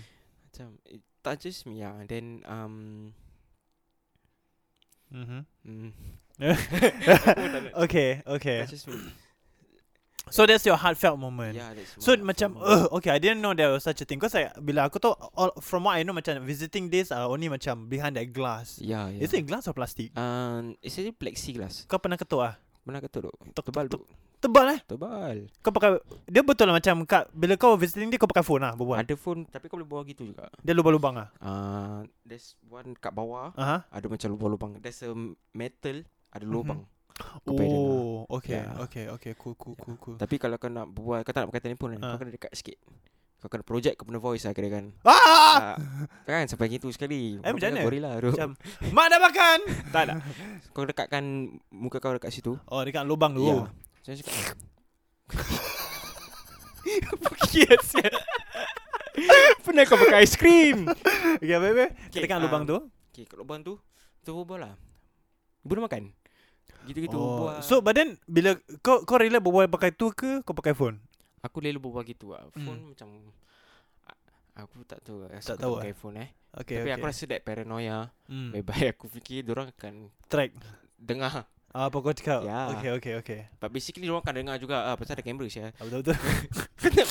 E: Macam It touches me lah And then um,
C: Mm-hmm.
E: mm,
C: okay, okay.
E: Touches me
C: So that's your heartfelt moment.
E: Yeah that's
C: So
E: my-
C: macam
E: my-
C: uh, Okay I didn't know there was such a thing Cause I, bila aku tahu all, From what I know macam Visiting this uh, Only macam behind that glass
E: Yeah, yeah.
C: yeah. Is it glass or plastic?
E: Um, it's a plexiglass.
C: Kau pernah ketuk ah?
E: Mana kata duk?
C: Tok,
E: Tebal
C: tok,
E: duk.
C: Tebal eh
E: Tebal.
C: Kau pakai Dia betul lah macam kat, Bila kau visiting dia Kau pakai phone lah berbual
E: Ada phone tapi kau boleh bawa gitu juga.
C: Dia lubang-lubang ah.
E: Uh, there's one kat bawah.
C: Aha.
E: Ada macam lubang-lubang. There's a metal ada lubang. Kau pakai dia lah.
C: Mhm. Oh Okay
E: Yeah.
C: Okay okay Cool cool cool cool
E: Tapi kalau kau nak buat kau tak nak pakai telefon kan.
C: Ah.
E: Kau kena dekat sikit. Kau kena project kau punya voice lah kira kan.
C: Ah
E: Ah, kan sampai gitu sekali.
C: Eh, macam mana?
E: Gorila duk.
C: Macam Mak dah makan Tak [LAUGHS] tak
E: Kau dekatkan muka kau dekat situ.
C: Oh dekat lubang tu
E: Ya. Saya cakap
C: [LAUGHS] Yes
E: Pernah kau pakai ice cream
C: Okay baby Kita
E: Okay,
C: dekat lubang
E: um,
C: tu
E: Okay kat lubang tu Tu berbual lah Boleh makan Gitu-gitu
C: oh.
E: berbual
C: So but then Bila kau kau rela berbual pakai tu ke Kau pakai phone
E: Aku rela berbual gitu lah Phone
C: Hmm.
E: macam a- Aku tak tahu lah
C: Tak
E: Rasa tak
C: tahu
E: tahu pakai phone eh
C: Okay
E: Tapi
C: okay.
E: aku rasa that paranoia
C: hmm.
E: Lebih baik aku fikir Diorang akan
C: Track
E: Dengar
C: ah, Apa kau cakap
E: Ya.
C: Okay okay okay
E: But basically Diorang akan dengar juga ah, Pasal ada kamera saya
C: [LAUGHS] Ah, Betul-betul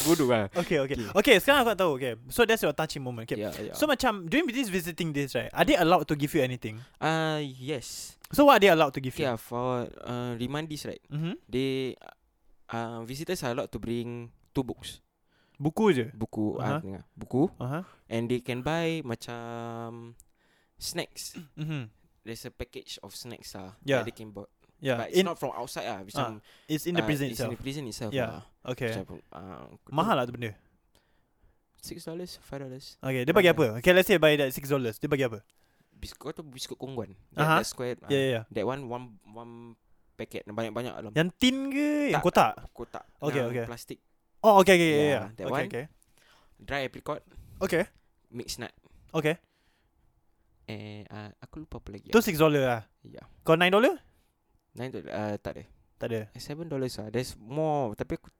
E: Bodoh lah
C: Okay okay Okay sekarang aku nak tahu Okay So that's your touching moment Okay
E: yeah, yeah.
C: So macam During this visiting this right Are they allowed to give you anything
E: uh, Yes
C: So what are they allowed to give
E: Okay
C: you
E: lah For uh, Remandis right
C: mm-hmm.
E: They uh, Visitors are allowed to bring Two books
C: Buku je
E: Buku
C: Aha.
E: uh-huh. uh, Buku
C: uh-huh.
E: And they can buy Macam
C: [COUGHS]
E: Snacks
C: mm-hmm.
E: There's a package of snacks ah
C: Yeah.
E: that they can buy.
C: Yeah
E: But it's
C: in,
E: not from outside ah. Macam
C: It's in the
E: ah,
C: prison
E: it's
C: itself
E: In the prison itself.
C: Yeah.
E: ah.
C: Okay
E: Macam, ah, aku tu
C: Mahal lah tu benda
E: Six dollars, five dollars.
C: Okay dia bagi
E: Mahal. lah.
C: apa Okay let's say buy that 6 dollars Dia bagi apa
E: Biskut tu biskut kongguan.
C: Aha.
E: That, that square. ah,
C: Ya ya ya
E: That one one one packet banyak-banyak dalam
C: Yang tin ke Yang
E: Tak.
C: kotak
E: kotak. Ah,
C: Okay,
E: yang
C: okay.
E: Plastik
C: Oh okay okay yeah,
E: Yeah,
C: yeah.
E: that
C: Okay,
E: one.
C: okay
E: dry apricot
C: Okay
E: mixed nut.
C: Okay
E: Eh, ah, aku lupa apa lagi.
C: Tu 6 dollars lah
E: Ya. Yeah.
C: Kau 9 dollars
E: Nine dollars. Uh, tak ada.
C: Tak ada
E: Eh, Seven dollars ah. There's more. Tapi aku,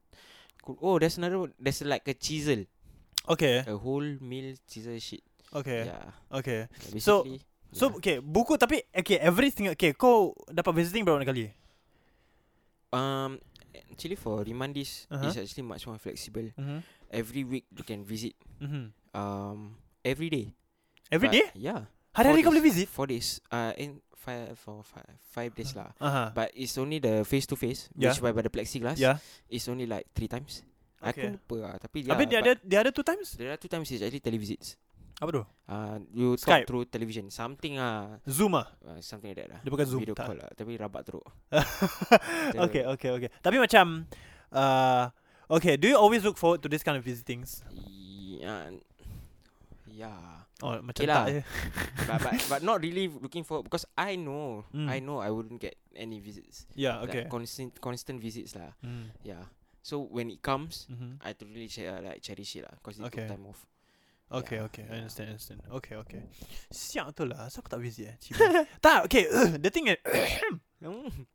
E: aku Oh, there's another one. There's like a chisel.
C: Okay
E: A whole meal chisel shit.
C: Okay
E: Yeah.
C: Okay So-
E: Basically.
C: So
E: yeah.
C: okay Buku tapi Okay every single Okay kau dapat visiting berapa kali
E: Um, actually for Remandis
C: Uh-huh.
E: uh-huh. is actually much more flexible.
C: mm-hmm.
E: Every week you can visit.
C: Mm-hmm.
E: Um, every day.
C: Every
E: But-
C: day
E: Yeah.
C: Hari-hari kau
E: four
C: boleh
E: days-
C: visit
E: Four days. Uh, in five for five, five days lah.
C: Aha.
E: But it's only the face to face,
C: Uh-huh. Yeah.
E: which by, by the plexiglass.
C: Yeah
E: It's only like three times.
C: Okay.
E: Aku lupa lah. Tapi yeah.
C: Habis dia
E: but
C: ada Dia ada two times
E: There are two times is actually televisits.
C: Apa tu
E: Uh, you
C: Skype.
E: talk through television. Something ah,
C: Zoom ah
E: uh, something like that lah.
C: Dia pakai Zoom
E: Video
C: tak?
E: call lah. Tapi rabak
C: [LAUGHS]
E: teruk.
C: okay, okay, okay. Tapi macam uh, okay, do you always look forward to this kind of visitings?
E: Yeah. Yeah.
C: Oh, macam
E: Okay
C: tak
E: lah.
C: je.
E: ya. but, but but not really looking forward because I know
C: Mm.
E: I know I wouldn't get any visits.
C: Yeah, okay.
E: Like constant constant visits lah.
C: Mm.
E: Yeah. So when it comes,
C: mhm.
E: I totally ch- uh, like cherish it lah because it
C: Okay.
E: took time off.
C: Okay,
E: Yeah,
C: okay. I
E: yeah.
C: understand, understand. Okay, okay. Siap tu lah. Asal aku tak visit eh? Cik. tak, okay. [CLEARS THROAT] the thing is,
E: Mm.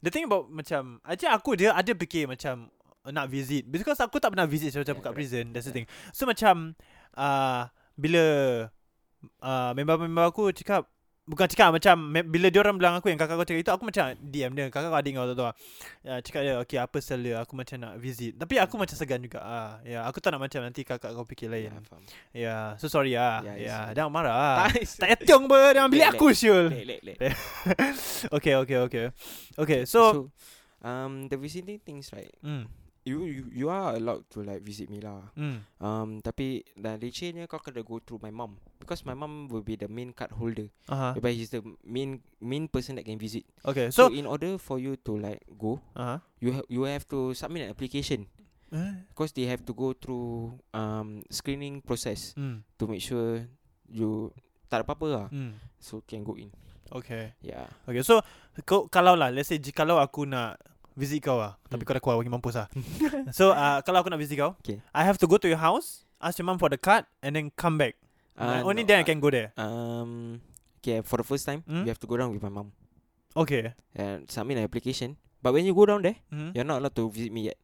C: the thing about macam, actually aku dia ada fikir macam uh, nak visit. Because aku tak pernah visit macam
E: Yeah,
C: kat
E: correct.
C: prison. That's the
E: Yeah.
C: thing. So macam, uh, bila uh, member-member aku cakap, Bukan cakap macam me- Bila diorang bilang aku Yang kakak kau cakap itu Aku macam DM dia Kakak kau adik kau tu tu ah. Ya, Cakap dia Okay apa sel dia Aku macam nak visit Tapi aku macam segan juga ah. Ya, Aku tak nak macam Nanti kakak kau fikir lain
E: [LAUGHS] Yeah, faham.
C: Ya So sorry ah. Ya
E: Ya, it's fine.
C: Dah
E: [LAUGHS]
C: marah ah.
E: Nice.
C: Tak payah tiong ber Dalam bilik
E: Lek,
C: aku Syul
E: Lek, lek, lek.
C: Okay okay okay Okay so,
E: um the visiting things right.
C: mm,
E: You, you you are allowed to like visit me lah.
C: mm.
E: Um tapi dah lecehnya kau kena go through my mum because my mum will be the main card holder.
C: Uh-huh.
E: But he's the main main person that can visit.
C: Okay so,
E: So, so in order for you to like go,
C: uh-huh.
E: you ha- you have to submit an application
C: Eh,
E: because they have to go through um screening process
C: mm,
E: to make sure you tak ada apa-apa lah
C: mm.
E: so can go in Ya.
C: Okay
E: yeah
C: Okay so kau, Kalau lah Let's say Kalau aku nak Visit kau lah
E: Hmm.
C: Tapi kau dah keluar Bagi mampus [LAUGHS] lah So uh, kalau aku nak visit kau
E: Okay.
C: I have to go to your house Ask your mum for the card And then come back
E: Uh,
C: Only
E: no,
C: then I can go there.
E: Um, okay, for the first time,
C: Hmm?
E: you have to go down with my mom
C: Okay.
E: and submit an application. But when you go down there,
C: Mm-hmm.
E: you're not allowed to visit me yet.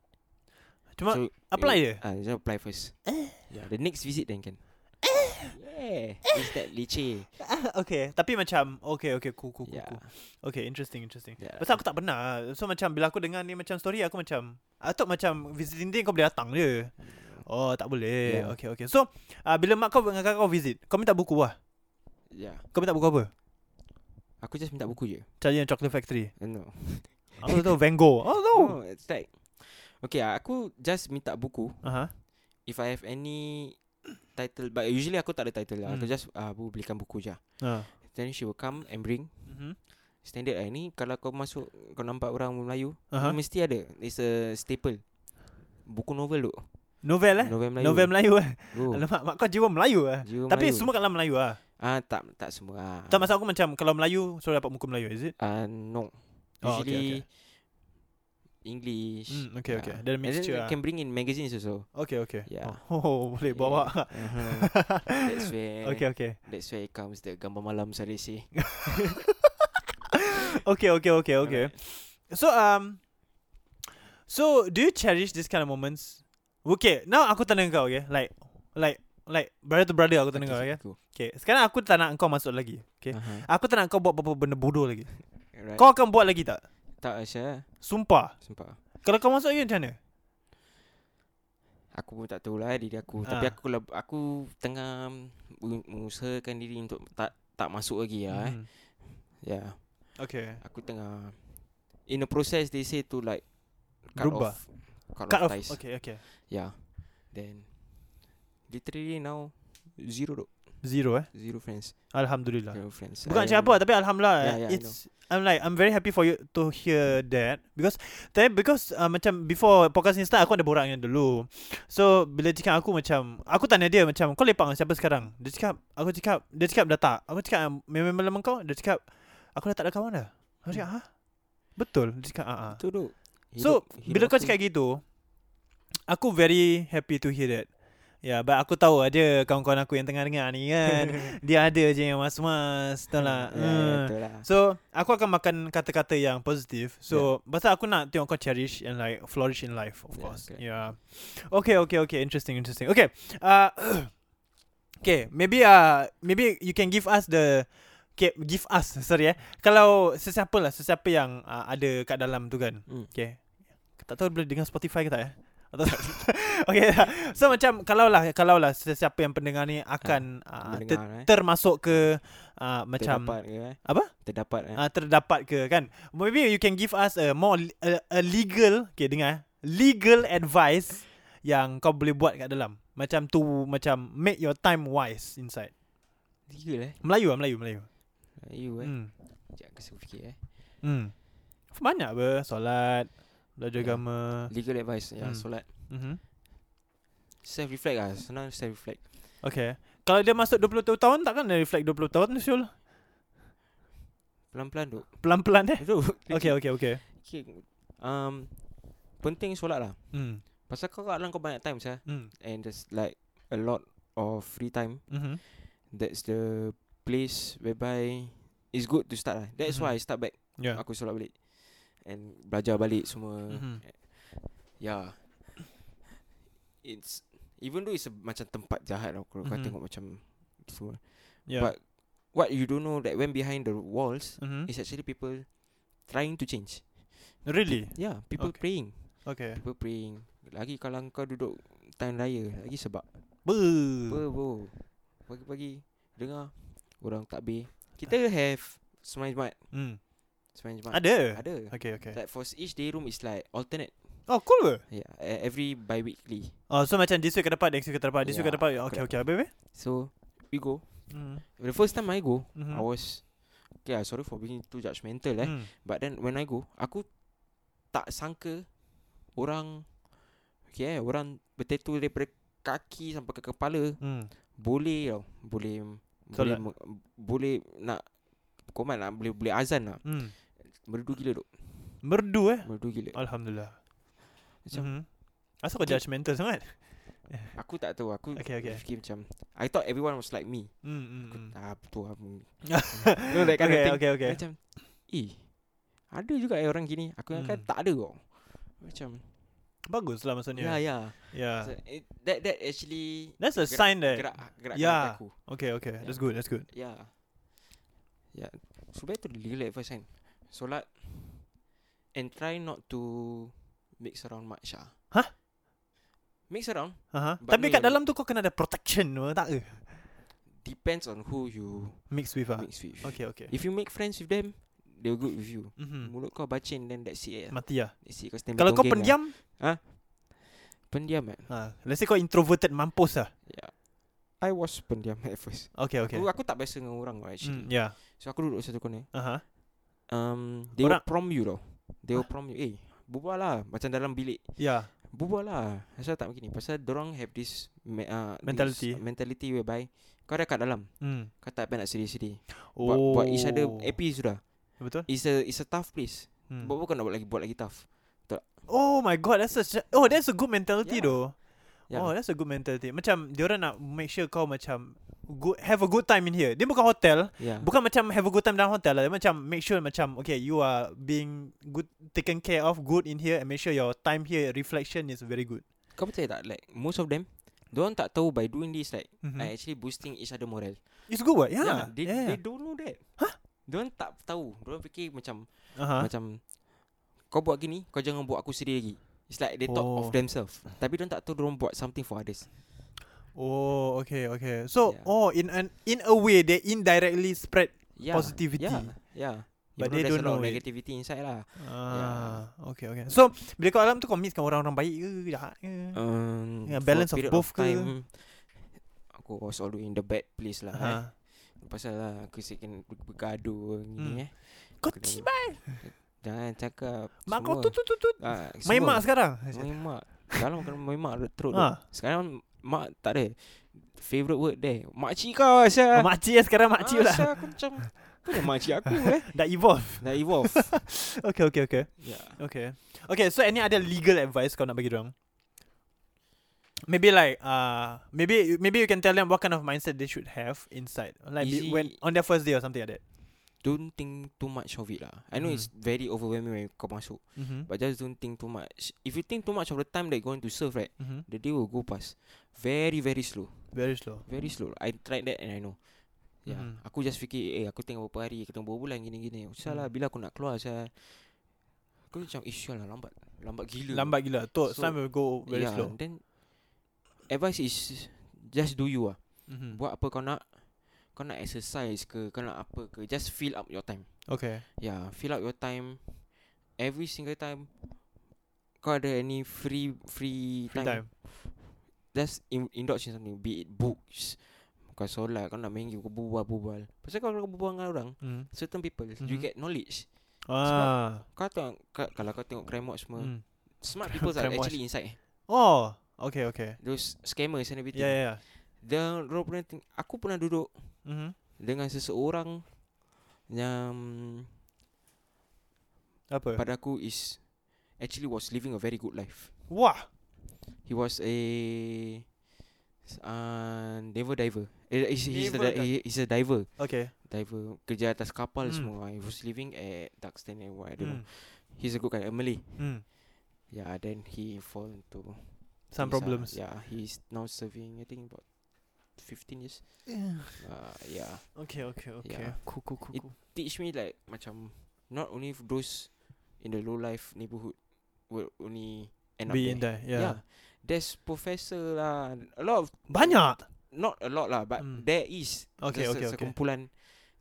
C: Cuma
E: so
C: apply je?
E: Ah, you just
C: [LAUGHS]
E: apply first. yeah, the next visit then can. yeah, it's that leceh.
C: [LAUGHS] okay. Tapi macam okay okay cool cool cool.
E: Yeah.
C: cool. Okay, interesting, interesting.
E: Yeah.
C: Pasal aku tak pernah. So macam bila aku dengar ni macam story aku macam atau macam visiting day kau boleh datang je. Oh, tak boleh.
E: Hmm. Yeah.
C: Yeah. Okay, okay. So, uh, bila mak kau dengan kakak kau visit, kau minta buku lah.
E: Yeah.
C: Kau minta buku apa?
E: Aku just minta buku je.
C: Charlie and Chocolate Factory.
E: Uh, No.
C: Aku
E: [LAUGHS]
C: tahu Van Gogh. Oh, no.
E: No, it's like Okay, ah, aku just minta buku
C: Aha.
E: if I have any title but usually aku tak ada title lah. Aku
C: Hmm.
E: just ah, bu belikan buku je.
C: Ha.
E: Then she will come and bring
C: Mhm.
E: standard lah ini kalau kau masuk kau nampak orang Melayu
C: Aha.
E: uh-huh. mesti ada. It's a staple. Buku novel tu.
C: Novel eh?
E: Novel Melayu.
C: Novel Melayu eh.
E: Oh,
C: Alamak, mak kau jiwa Melayu eh.
E: jiwa
C: Tapi
E: Melayu.
C: semua kat dalam Melayu ah.
E: ah tak tak semua. Ah.
C: Tak masa aku macam kalau Melayu so dapat buku Melayu is it?
E: Ah no.
C: Oh, okay,
E: Usually English.
C: Hmm, okay,
E: yeah.
C: okay. Ada
E: And
C: mixture
E: Then
C: ah.
E: you can Ya. bring Ya. in magazines also.
C: Okay, okay.
E: Yeah.
C: Oh, [LAUGHS] boleh
E: [LAUGHS]
C: bawa. [LAUGHS]
E: Uh-huh. That's where
C: okay, okay.
E: That's where it comes the gambar malam Sarisi.
C: Okay, okay, okay, okay. So um So do you cherish this kind of moments? Okay, now aku tanya kau okay? Like like like brother to brother aku tanya kau okay?
E: Cool.
C: Okay, sekarang aku tak nak kau masuk lagi. ya. Okay.
E: Uh-huh.
C: Aku tak nak kau buat apa-apa benda bodoh lagi.
E: Right.
C: Kau akan buat lagi tak?
E: tak Aisyah
C: Sumpah.
E: Sumpah
C: Kalau kau masuk lagi macam mana?
E: Aku pun tak tahu lah diri aku Tapi
C: Ah.
E: aku lab- aku tengah meng- Mengusahakan diri untuk tak tak masuk lagi lah eh.
C: Mhm.
E: Ya yeah.
C: Okay.
E: Aku tengah In the process they say to like Cut
C: Berubah.
E: off Cut,
C: Cut
E: off,
C: off.
E: ties
C: Okay, okay.
E: Yeah Ya. Then Literally now Zero dok
C: Zero eh.
E: Zero friends
C: Alhamdulillah.
E: Zero friends
C: Bukan
E: I
C: macam
E: am-
C: apa tapi alhamdulillah eh.
E: Yeah, yeah, Ya, I
C: it's I'm like I'm very happy for you to hear that because tapi because uh, macam before podcast ni start aku ada borak dengan dia dulu. So bila cakap aku macam aku tanya dia macam kau lepak dengan siapa sekarang? Dia cakap aku cakap dia cakap dah tak. Aku cakap memang lama kau dia cakap aku dah tak ada kawan dah. Aku cakap ha? Betul. Dia cakap ha.
E: Itu dok
C: So
E: Hidup- hidup
C: bila kau
E: aku-
C: cakap gitu Aku very happy to hear that Ya yeah, but aku tahu ada kawan-kawan aku yang tengah dengar ni
E: [LAUGHS]
C: kan Dia ada je yang mas-mas Tahu lah
E: Ya, ya,
C: Hmm.
E: Betul lah
C: So aku akan makan kata-kata yang positif So yeah. pasal aku nak tengok kau cherish and like flourish in life of
E: Yeah,
C: course
E: correct.
C: Yeah Okay okay okay interesting interesting Okay uh, [CLEARS THROAT] Okay maybe uh, maybe you can give us the Okay, give us sorry eh Kalau sesiapa lah sesiapa yang uh, ada kat dalam tu kan
E: Hmm.
C: Okay Tak tahu boleh dengar Spotify ke tak eh [LAUGHS] Atau tak Okay [LAUGHS] So macam Kalau lah Kalau lah sesiapa yang pendengar ni Akan uh, ter-
E: Mendengar eh
C: termasuk ke uh, Macam
E: Terdapat ke eh
C: Apa?
E: Terdapat eh
C: uh, terdapat ke kan maybe you can give us a more le- a, a legal okay dengar eh. legal advice yang kau boleh buat kat dalam macam tu macam make your time wise inside
E: Gila eh
C: Melayu lah Melayu Melayu
E: You eh
C: hmm
E: Sekejap aku suruh fikir eh
C: hmm banyak apa solat belajar
E: Ya.
C: agama
E: Legal advice Ya
C: Hmm.
E: solat
C: mhm
E: Self reflect lah Senang self reflect
C: okay kalau dia masuk 20 tahun takkan dia reflect 20 tahun Syul
E: Pelan-pelan duk
C: pelan-pelan eh
E: Duk
C: [LAUGHS] okay okay okay
E: okay. Um, Penting solat lah
C: hmm
E: Pasal kau kat dalam kau banyak time sah
C: hmm
E: And there's like A lot of free time
C: mhm
E: That's the Place whereby It's good to start lah That's
C: Mhm.
E: why I start back
C: yeah
E: Aku solat balik And belajar balik semua
C: Mhm.
E: Yeah It's Even though it's a, macam tempat jahat tau Kalau kau
C: Mhm.
E: tengok macam Semua
C: yeah
E: But what you don't know that when behind the walls
C: mhm
E: is actually people trying to change.
C: really
E: Yeah, people
C: Okay.
E: praying.
C: okay
E: People praying. Lagi kalau kau duduk time raya, lagi sebab.
C: Buh.
E: Apa bro? Pagi-pagi dengar orang takbir. Kita have sembahyang Jumaat.
C: hmm
E: Sembahyang Jumaat.
C: ada
E: Ada.
C: okay okay
E: Like for each day room is like alternate.
C: oh cool ke
E: Yeah, e- every bi-weekly.
C: Oh, so macam this week kau dapat, next week kau dapat, this week kau
E: Ya,
C: dapat. Okay, okay, habis, habis.
E: So we go.
C: Hmm.
E: The first time I go,
C: Mhm.
E: I was Okay, ah, sorry for being too judgmental eh.
C: Hmm.
E: But then when I go Aku tak sangka Orang Okay eh Orang bertattoo daripada kaki sampai ke kepala
C: Hmm.
E: Boleh tau Boleh Boleh,
C: Solat.
E: meng- boleh nak Komat nak boleh, boleh azan lah
C: Hmm.
E: Merdu gila duk
C: Merdu eh.
E: Merdu gila
C: Alhamdulillah.
E: Macam
C: Mhm. Asal kau judgemental sangat?
E: Aku tak tahu Aku
C: Okay, okay.
E: fikir macam I thought everyone was like me
C: Hmm, hmm,
E: Aku
C: hmm.
E: tak betul lah [LAUGHS] mm. You know that kind of
C: Okay,
E: thing
C: okay, okay.
E: Macam Eh Ada juga eh orang gini Aku ingatkan
C: Hmm.
E: tak ada kok Macam
C: Baguslah
E: Ya
C: maksudnya.
E: ya
C: Yeah.
E: So, it- That that actually
C: That's a
E: gerak-
C: sign that.
E: Gerak Gerak
C: Yeah.
E: aku
C: Okay, okay. That's
E: Yeah.
C: good. That's good.
E: Ya Ya Sudah tu relax first kan Solat And try not to Mix around much lah
C: Hah?
E: Mix around
C: Uh-huh.
E: But
C: Tapi
E: ni-
C: kat dalam tu kau kena ada protection apa, tak ke?
E: Depends on who you
C: Mix with ah.
E: mix with
C: Okay, okay.
E: If you make friends with them They're good with you
C: Mhm.
E: Mulut kau bacin Then that's it lah
C: Mati lah
E: That's it kau stand
C: Kalau kau
E: betongeng lah.
C: pendiam
E: Pendiam kan
C: ha, Let's say kau introverted mampus lah
E: yeah. I was pendiam at first
C: Okay okay
E: Aku, aku tak biasa dengan orang lah
C: mm,
E: actually
C: Yeah
E: So aku duduk satu corner
C: uh-huh.
E: um, They
C: Orang-
E: will prompt you tau They will prompt you Eh bubar lah Macam dalam bilik
C: Yeah
E: Bubar lah Pasal tak begini Pasal dorang have this me, uh,
C: Mentality.
E: this Mentality whereby Kau dah kat dalam
C: mm.
E: Kau tak payah nak sedih-sedih oh. buat, buat each other happy sudah
C: Betul
E: It's a it's a tough place
C: mm.
E: Eh, hmm. Buat bukan nak buat lagi Buat lagi tough
C: Oh my god that's a sh- Oh that's a good mentality
E: Yeah.
C: though
E: Ya.
C: Oh that's a good mentality Macam diorang nak make sure kau macam good, Have a good time in here Dia bukan hotel
E: yeah.
C: Bukan macam have a good time dalam hotel lah Dia macam make sure macam Okay you are being good Taken care of Good in here And make sure your time here Reflection is very good
E: Kau percaya tak Like most of them Diorang tak tahu By doing this like
C: Mhm.
E: mm-hmm. Like actually boosting each other morale
C: It's good what? Yeah,
E: they,
C: yeah.
E: they don't know that Huh? Diorang tak tahu Diorang fikir macam
C: uh-huh.
E: Macam Kau buat gini Kau jangan buat aku sedih lagi It's like they talk
C: Oh.
E: of themselves Tapi diorang tak tahu Diorang buat something for others
C: Oh, okay, okay. So,
E: Yeah.
C: oh, in an in a way, they indirectly spread.
E: yeah.
C: Positivity.
E: Yeah, yeah.
C: But they
E: Even though Ya, there's
C: don't
E: a
C: know
E: lot of
C: it.
E: negativity inside lah.
C: Ah, okay, okay. So, bila kau alam tu, kau mixkan orang-orang baik ke, jahat ke?
E: Um,
C: Hmm. Yeah,
E: for a
C: balance of
E: period
C: both ke?
E: time, Aku was always in the bad place lah.
C: Ha.
E: Uh-huh. Eh. Pasal lah aku sekin bergaduh
C: Hmm.
E: ni eh.
C: Kau
E: Aku dah-
C: cibai.
E: Jangan cakap.
C: Mak kau
E: semua.
C: tu tu tu tu.
E: Ah,
C: Main
E: semua.
C: mak sekarang.
E: Main mak. Kalau kena main mak teruk.
C: Ha.
E: Ha. Sekarang mak tak ada. Favorite word dia. Makcik kau asal.
C: Makcik lah sekarang makcik lah.
E: Asal aku macam. Mana makcik aku eh.
C: Dah evolve.
E: Dah evolve.
C: Okay, okay, okay.
E: yeah.
C: Okay. Okay, so any other legal advice kau nak bagi orang? Maybe like uh maybe maybe you can tell them what kind of mindset they should have inside like be-
E: Easy-
C: when on their first day or something like that.
E: Don't think too much of it lah. I know
C: Mhm.
E: mm. it's very overwhelming when kau masuk.
C: Mhm.
E: But just don't think too much. If you think too much of the time that you're going to serve, right,
C: Mhm.
E: the day will go past. Very, very slow.
C: Very slow.
E: Very slow. I tried that and I know. Yeah.
C: Mhm.
E: Mm-hmm. Aku just fikir, eh, aku tengok berapa hari, aku tengok berapa bulan, gini-gini. Usah
C: Hmm.
E: lah, bila aku nak keluar, saya... Aku macam, eh, sial lah, lambat. Lambat gila.
C: Lambat gila. Tok,
E: So,
C: time will go very
E: yeah,
C: slow.
E: Then, advice is, just do you lah.
C: Mhm.
E: Buat apa kau nak. Kau nak exercise ke, kau nak apa ke. Just fill up your time.
C: Okay.
E: Yeah, fill out your time every single time. Kau ada any free free,
C: Free time.
E: Just in, indulge in something Be it books Kau solat Kau nak main game Kau berbual-bual Pasal kau kalau berbual dengan orang
C: Mm.
E: Certain people mm-hmm. You
C: Mhm.
E: get knowledge
C: Ah.
E: Kau tengok kau, Kalau kau tengok crime watch semua mm.
C: Mm.
E: Smart
C: [LAUGHS]
E: people are
C: Crime watch.
E: actually inside
C: Oh, okay, okay.
E: Those scammers and everything
C: Yeah, yeah, yeah.
E: Dia orang pernah ting- Aku pernah duduk
C: Mm-hmm.
E: Dengan seseorang Yang
C: Apa?
E: Pada aku is Actually was living a very good life
C: Wah.
E: He was a s- uh, naval diver. Eh, he's, he's,
C: Naval
E: a, di- he, he's a diver.
C: Okay.
E: Diver kerja atas kapal
C: Mm.
E: mm. semua. He was living at Duxton and what I
C: Mm.
E: don't mm. know. He's a good guy, a Malay.
C: Mm.
E: Yeah, then he fall into
C: Some
E: his, uh,
C: problems.
E: yeah, he's now serving I think about 15 years. Uh, yeah.
C: Okay, okay, okay.
E: Yeah.
C: Cool, cool, cool,
E: It-
C: cool.
E: Teach me like macam not only for those in the low life neighborhood will only end
C: Be
E: up
C: in
E: there.
C: there. Yeah. yeah.
E: There's professor lah. A lot of
C: Banyak.
E: not a lot lah but
C: Mm.
E: mm. there is
C: Okay,
E: there's
C: okay,
E: a
C: okay.
E: sekumpulan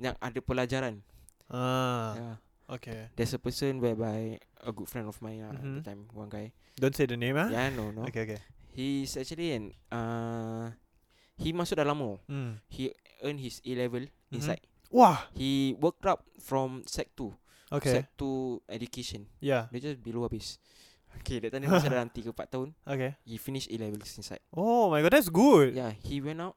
E: yang ada pelajaran.
C: Ah.
E: Yeah.
C: Okay.
E: There's a person whereby a good friend of mine lah
C: Mhm.
E: at the time one guy.
C: Don't say the name ah.
E: Yeah, no, no.
C: Okay, okay.
E: He's actually an uh, he masuk dah lama.
C: Mm.
E: He earned his A level
C: Mhm.
E: inside.
C: Wah.
E: He worked up from sec 2.
C: Okay.
E: Sec 2 education.
C: yeah.
E: Dia just below habis. Okay, that time dia
C: [LAUGHS]
E: masih dalam 3 4 tahun.
C: Okay.
E: He finish A levels inside.
C: Oh my god, that's good.
E: Yeah, he went out.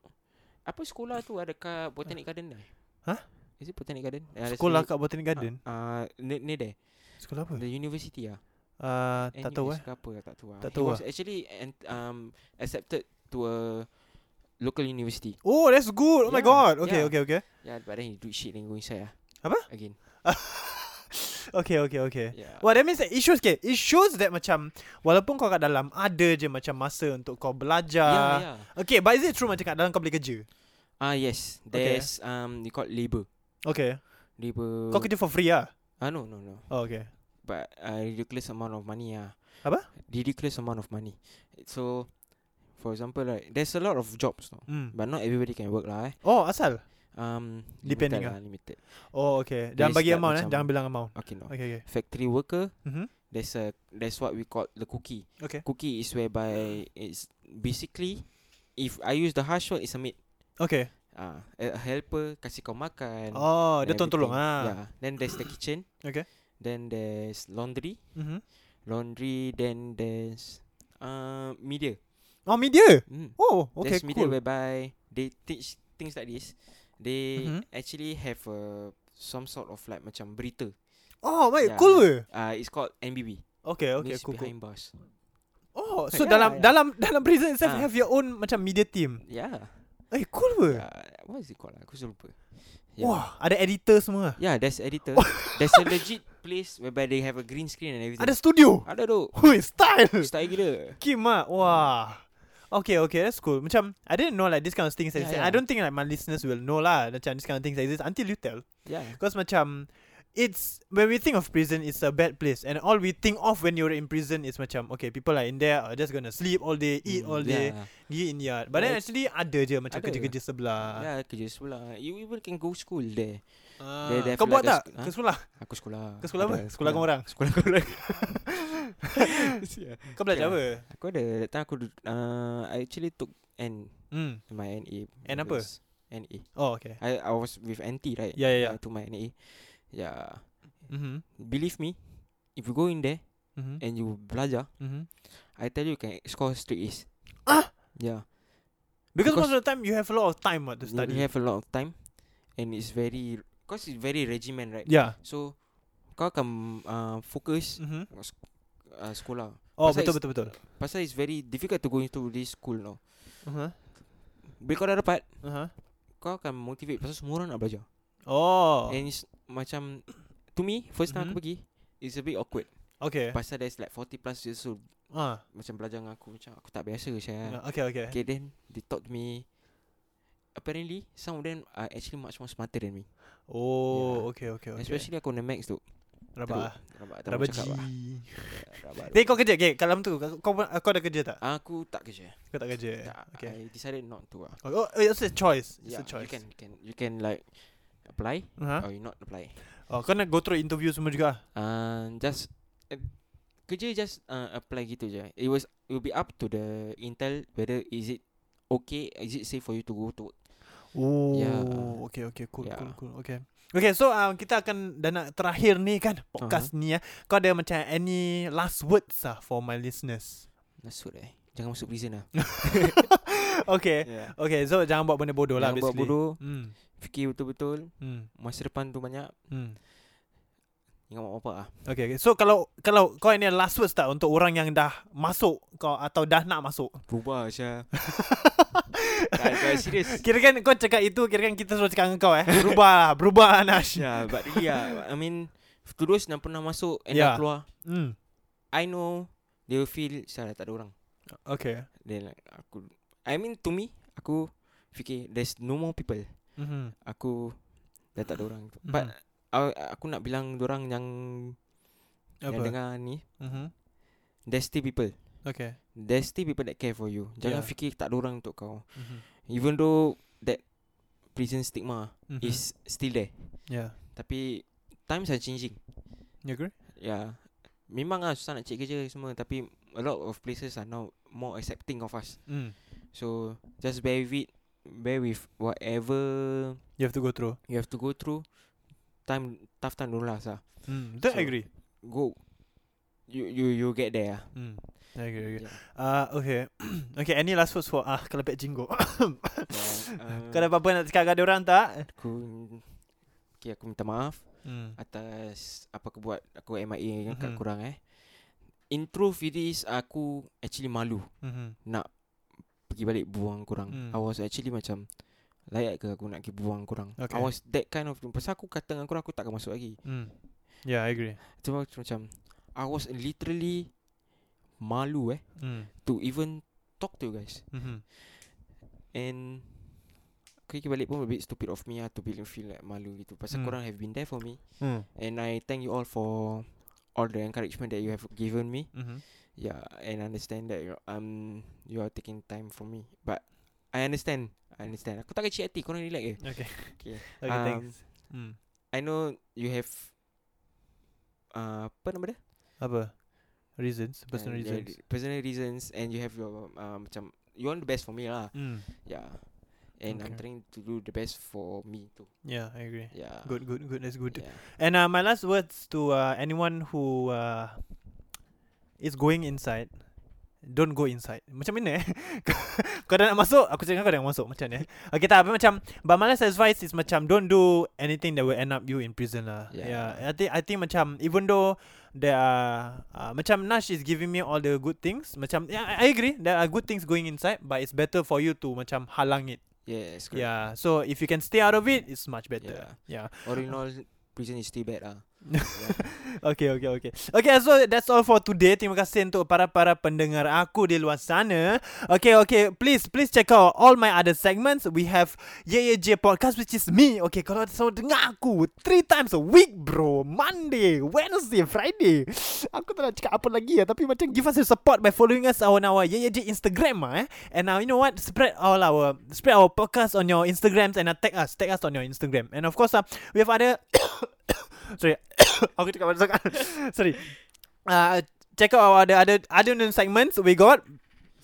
E: Apa sekolah tu ada kat Botanic Garden dah?
C: Huh?
E: Is it Botanic Garden? Yeah, there's a
C: Sekolah Hmm.
E: uni-
C: kat Botanic Garden.
E: Ah, uh, ni, ni deh.
C: Sekolah apa?
E: The university ah.
C: Ah, tak tahu
E: NUS
C: eh.
E: ke apa tak tahu ah.
C: Tak
E: He
C: tahu
E: was actually and, um accepted to a local university.
C: Oh, that's good. Oh my
E: Yeah,
C: god. Okay,
E: yeah.
C: okay, okay.
E: Yeah, but then he do shit and go inside ah.
C: Apa? Eh.
E: Again. Ya.
C: Okay, okay, okay.
E: Yeah.
C: Well, that means that it shows okay, it shows that macam walaupun kau kat dalam ada je macam masa untuk kau belajar.
E: yeah, yeah.
C: Okay, but is it true macam kat dalam kau boleh kerja?
E: Ya, Ah yes,
C: Okay.
E: there's um they call labor.
C: Okay.
E: Labor.
C: Kau kerja for free lah.
E: Ah no no no.
C: Oh, okay.
E: But a ridiculous amount of money ah.
C: Apa?
E: Ridiculous amount of money. So, for example, right, there's a lot of jobs, no?
C: Hmm.
E: but not everybody can work lah. Eh.
C: Oh, asal.
E: Um,
C: Depending
E: limited
C: ah.
E: lah, limited.
C: Oh, okay. Jangan
E: There's
C: bagi
E: that
C: amount eh.
E: macam-
C: Jangan bilang amount.
E: Okay no.
C: Okay, okay.
E: Factory worker.
C: Mhm.
E: There's a that's what we call the cookie.
C: Okay.
E: Cookie is whereby it's basically, if I use the harsh word, it's a maid.
C: Okay.
E: Ah, a a helper kasih kau makan.
C: Oh, dia
E: and
C: tolong-tolong
E: everything.
C: ah.
E: Yeah. Then there's the kitchen.
C: Okay.
E: Then there's laundry.
C: Mhm.
E: laundry then there's uh media
C: Oh, media.
E: mm.
C: Oh, okay,
E: there's media
C: cool.
E: whereby they teach things like this they
C: Mhm.
E: actually have a some sort of like macam berita
C: Oh, wait,
E: Yeah.
C: cool ke?
E: uh it's called MBB
C: Okay, okay,
E: Means
C: cool, cool.
E: behind bars
C: Oh, so
E: Yeah,
C: dalam
E: yeah.
C: dalam dalam prison itself
E: Ah.
C: have your own macam media team.
E: yeah
C: Eh, cool ke?
E: uh, what is it called ah? aku sudah lupa yeah.
C: Wah, ada editor semua.
E: yeah there's editor there's a legit place whereby they have a green screen and everything
C: Ada studio.
E: ada tu
C: Hui, style.
E: style gila
C: Kim ah. Wah. Okay, okay, that's cool. Macam, I didn't know like this kind of things
E: Yeah,
C: exist.
E: yeah.
C: I don't think like my listeners will know lah macam this kind of things exist until you tell.
E: yeah
C: Because macam, it's, when we think of prison, it's a bad place. And all we think of when you're in prison is macam, okay, people are in there are just gonna sleep all day, eat
E: Mm,
C: all day,
E: yeah.
C: pergi in yard. But then
E: Yes.
C: actually ada je macam
E: Ada.
C: kerja-kerja sebelah.
E: yeah Ya, kerja sebelah you even can go school there
C: Ah,
E: They- they
C: kau
E: feel
C: buat
E: like
C: tak?
E: a sc-
C: Ke
E: huh?
C: sekolah?
E: Aku sekolah
C: Ke sekolah apa?
E: Ada
C: Sekolah kau orang?
E: [LAUGHS] Sekolah kau orang Sia.
C: [LAUGHS] Kau belajar
E: Yeah.
C: apa?
E: Aku ada That time aku du- uh, I actually took N
C: Hmm.
E: My NA
C: N apa? Ya,
E: because NA
C: Oh, okay.
E: I, I was with NT right
C: Yeah, yeah, yeah.
E: I took my NA Yeah
C: Mhm.
E: Believe me If you go in there
C: Mhm.
E: And you belajar
C: Mhm.
E: I tell you you can score straight A's Ya.
C: Ah!
E: Yeah
C: Because,
E: Because-
C: most of the time you have a lot of time what, to
E: You-
C: study.
E: You have a lot of time And it's very Cause it's very regiment right
C: yeah.
E: So Kau akan uh, Fokus
C: Mhm.
E: uh, Sekolah
C: Oh,
E: Pasal
C: betul
E: is-
C: betul betul.
E: Pasal it's very difficult to go into this school now.
C: Uh-huh.
E: Bila kau dah dapat,
C: Uh-huh.
E: kau akan motivate pasal semua orang nak belajar.
C: Oh.
E: Oh. And it's macam to me first time mm-hmm. aku pergi it's a bit awkward.
C: Okay.
E: Yeah. Pasal there's like 40 plus years old
C: Ah.
E: macam belajar dengan aku macam aku tak biasa saya. Yeah.
C: Yeah. Ah, Okay, okay.
E: Okay then they taught me apparently some of them are actually much more smarter than me.
C: Oh,
E: Yeah.
C: okay, okay,
E: Okay.
C: okay.
E: Especially aku on the max tu.
C: rabak. ah.
E: Rabak. Tak
C: Rabak
E: rabak.
C: G.
E: Cakap, lah. rabak.
C: Tapi kau kerja okay, kalau tu kau kau kau ada kerja tak?
E: Aku tak kerja.
C: Kau tak kerja.
E: Tak.
C: Eh, Okay.
E: I decided not to lah.
C: Oh, oh, it's a choice. It's
E: Yeah,
C: a choice.
E: you can, can you can like apply huh?
C: Uh-huh.
E: or you not apply.
C: Oh, kau nak go through interview semua juga.
E: Uh, just uh, kerja just uh, apply gitu je. It was it will be up to the Intel whether is it okay, is it safe for you to go to work.
C: Oh,
E: Yeah.
C: okay, okay, cool,
E: Yeah.
C: cool, cool, okay. Okay, so uh, kita akan dah nak terakhir ni kan podcast uh-huh. ni ya. Kau ada macam any last words lah for my listeners? [LAUGHS]
E: Nasut eh. Jangan masuk prison lah.
C: okay,
E: yeah.
C: okay, so jangan buat benda bodoh Eh, lah
E: Jangan buat
C: basically.
E: bodoh.
C: Hmm,
E: Fikir betul-betul.
C: hmm,
E: Masa depan tu banyak.
C: hmm.
E: Ingat mak bapak ah.
C: Okay, okay, so kalau kalau kau any last words tak untuk orang yang dah masuk kau atau dah nak masuk? [LAUGHS]
E: Berubah Syah. tak, tak serius.
C: Kira kan kau cakap itu, kira kan kita suruh cakap dengan
E: [LAUGHS]
C: kau eh. Berubah lah, berubah lah Nash.
E: Yeah, Ya, but yeah, I mean, to those yang pernah masuk and
C: Yeah.
E: yeah. keluar,
C: Hmm,
E: I know they will feel salah tak ada orang.
C: okay.
E: Then like, aku I mean to me Aku fikir There's no more people
C: Mm-hmm.
E: Aku Dah tak ada orang But
C: Mhm.
E: aku, aku nak bilang orang yang Yang
C: Apa?
E: dengar ni
C: Mm-hmm.
E: There's still people
C: Okay.
E: There's still people that care for you
C: Yeah.
E: Jangan yeah. fikir tak ada orang untuk kau
C: Mm-hmm.
E: Even though That Prison stigma
C: Mhm.
E: mm-hmm. Is still there
C: Yeah.
E: Tapi Times are changing
C: You agree?
E: Yeah Memang lah susah nak cari kerja semua Tapi A lot of places are now More accepting of us
C: Hmm.
E: So Just bear with Bear with Whatever
C: You have to go through.
E: you have to go through time tough time don't last ah.
C: Hmm, that
E: So-
C: I agree.
E: Go you you you get there ah.
C: Hmm. I agree, I agree.
E: Yeah.
C: Ah, uh, okay. [CLEARS THROAT] okay, any last words for ah uh, kelepek [LAUGHS] jinggo?
E: Uh,
C: Kau ada apa-apa nak cakap dengan dia orang tak?
E: aku okay, aku minta maaf
C: Hmm.
E: atas apa aku buat aku MIA dengan
C: Mhm.
E: kat korang eh. In truth it is aku actually malu
C: Mhm.
E: nak pergi balik buang korang
C: Hmm.
E: hmm. I was actually macam Layak ke aku nak pergi buang korang
C: Okay.
E: okay. I was that kind of Pasal aku kata dengan korang Aku takkan masuk lagi
C: Hmm. Yeah, I agree.
E: Cuma aku macam I was literally Malu eh
C: Hmm.
E: To even Talk to you guys
C: Mm-hmm.
E: And Aku pergi balik pun A bit stupid of me lah To feel, feel like malu gitu Pasal
C: Hmm.
E: hmm. korang have been there for me
C: Hmm.
E: And I thank you all for All the encouragement That you have given me
C: Mm-hmm.
E: Yeah, and understand that you're um you are taking time from me. But I understand. I understand. Aku tak kecil hati, korang relax je.
C: Okay.
E: Okay.
C: Okay,
E: Um,
C: thanks. Hmm.
E: I know you have uh, apa nama dia?
C: Apa? Reasons, personal
E: Uh, yeah,
C: reasons.
E: re- personal reasons and you have your uh, macam you want the best for me lah.
C: Hmm.
E: Yeah. And I'm
C: Okay.
E: trying to do the best for me too.
C: Yeah, I agree.
E: Yeah.
C: Good, good, good. That's good.
E: Yeah.
C: And uh, my last words to uh, anyone who uh, is going inside, don't go inside. Macam mana eh? [LAUGHS] kau dah nak masuk, aku cakap kau dah nak masuk. Macam mana eh? Okay tak, tapi macam, but my last advice is macam, don't do anything that will end up you in prison lah. Yeah. I
E: Yeah.
C: think, I think macam, even though there are, uh, macam Nash is giving me all the good things, macam, yeah, I I agree, there are good things going inside, but it's better for you to macam halang it.
E: Yes, correct.
C: Yeah. So if you can stay out of it, it's much better. yeah.
E: All in all, prison is still bad lah.
C: Okay, okay, okay. Okay, so that's all for today. Terima kasih untuk para-para pendengar aku di luar sana. Okay, okay. Please, please check out all my other segments. We have YYJ Podcast, which is me. Okay, kalau so dengar aku three times a week, bro. Monday, Wednesday, Friday. Aku tak nak cakap apa lagi ya. Tapi macam give us your support by following us on our YYJ Instagram ah. Eh. And now you know what? Spread all our spread our podcast on your Instagrams and uh, tag us, tag us on your Instagram. And of course, uh, we have other Sorry Aku cakap pada sangat [LAUGHS] Sorry uh, Check out our other other, other known segments We got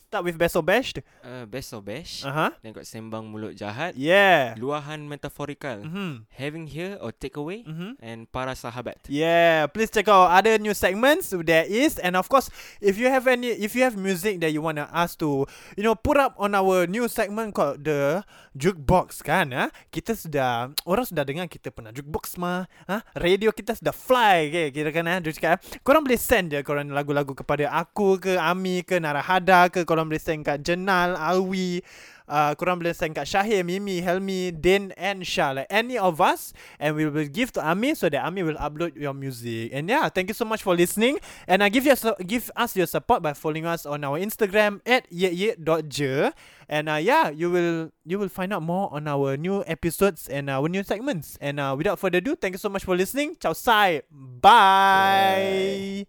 C: Start with Best or Best
E: Uh, best of bash. Uh.
C: Uh-huh
E: Then got sembang mulut jahat.
C: Yeah
E: Luahan metaphorical.
C: mm-hmm.
E: having here or takeaway
C: Mhm.
E: and para sahabat.
C: Yeah, please check out our other new segments there is, and of course, if you have any, if you have music that you wanna us to, you know, put up on our new segment called the jukebox kan, ah, kita sudah orang sudah dengar kita pernah jukebox mah, ah, radio kita sudah fly, okay, kita kan ah, dia cakap, korang boleh send je korang lagu-lagu kepada aku ke Ami ke Narahada ke, korang boleh send kat Jenal, Alwi, uh, korang boleh send kat Syahir, Mimi, Helmi, Din and Shah. Like any of us. And we will give to Ami so that Ami will upload your music. And yeah, thank you so much for listening. And uh, give, your, su- give us your support by following us on our Instagram at yeye.je. And uh, yeah, you will you will find out more on our new episodes and our new segments. And uh, without further ado, thank you so much for listening. Ciao sai. Bye.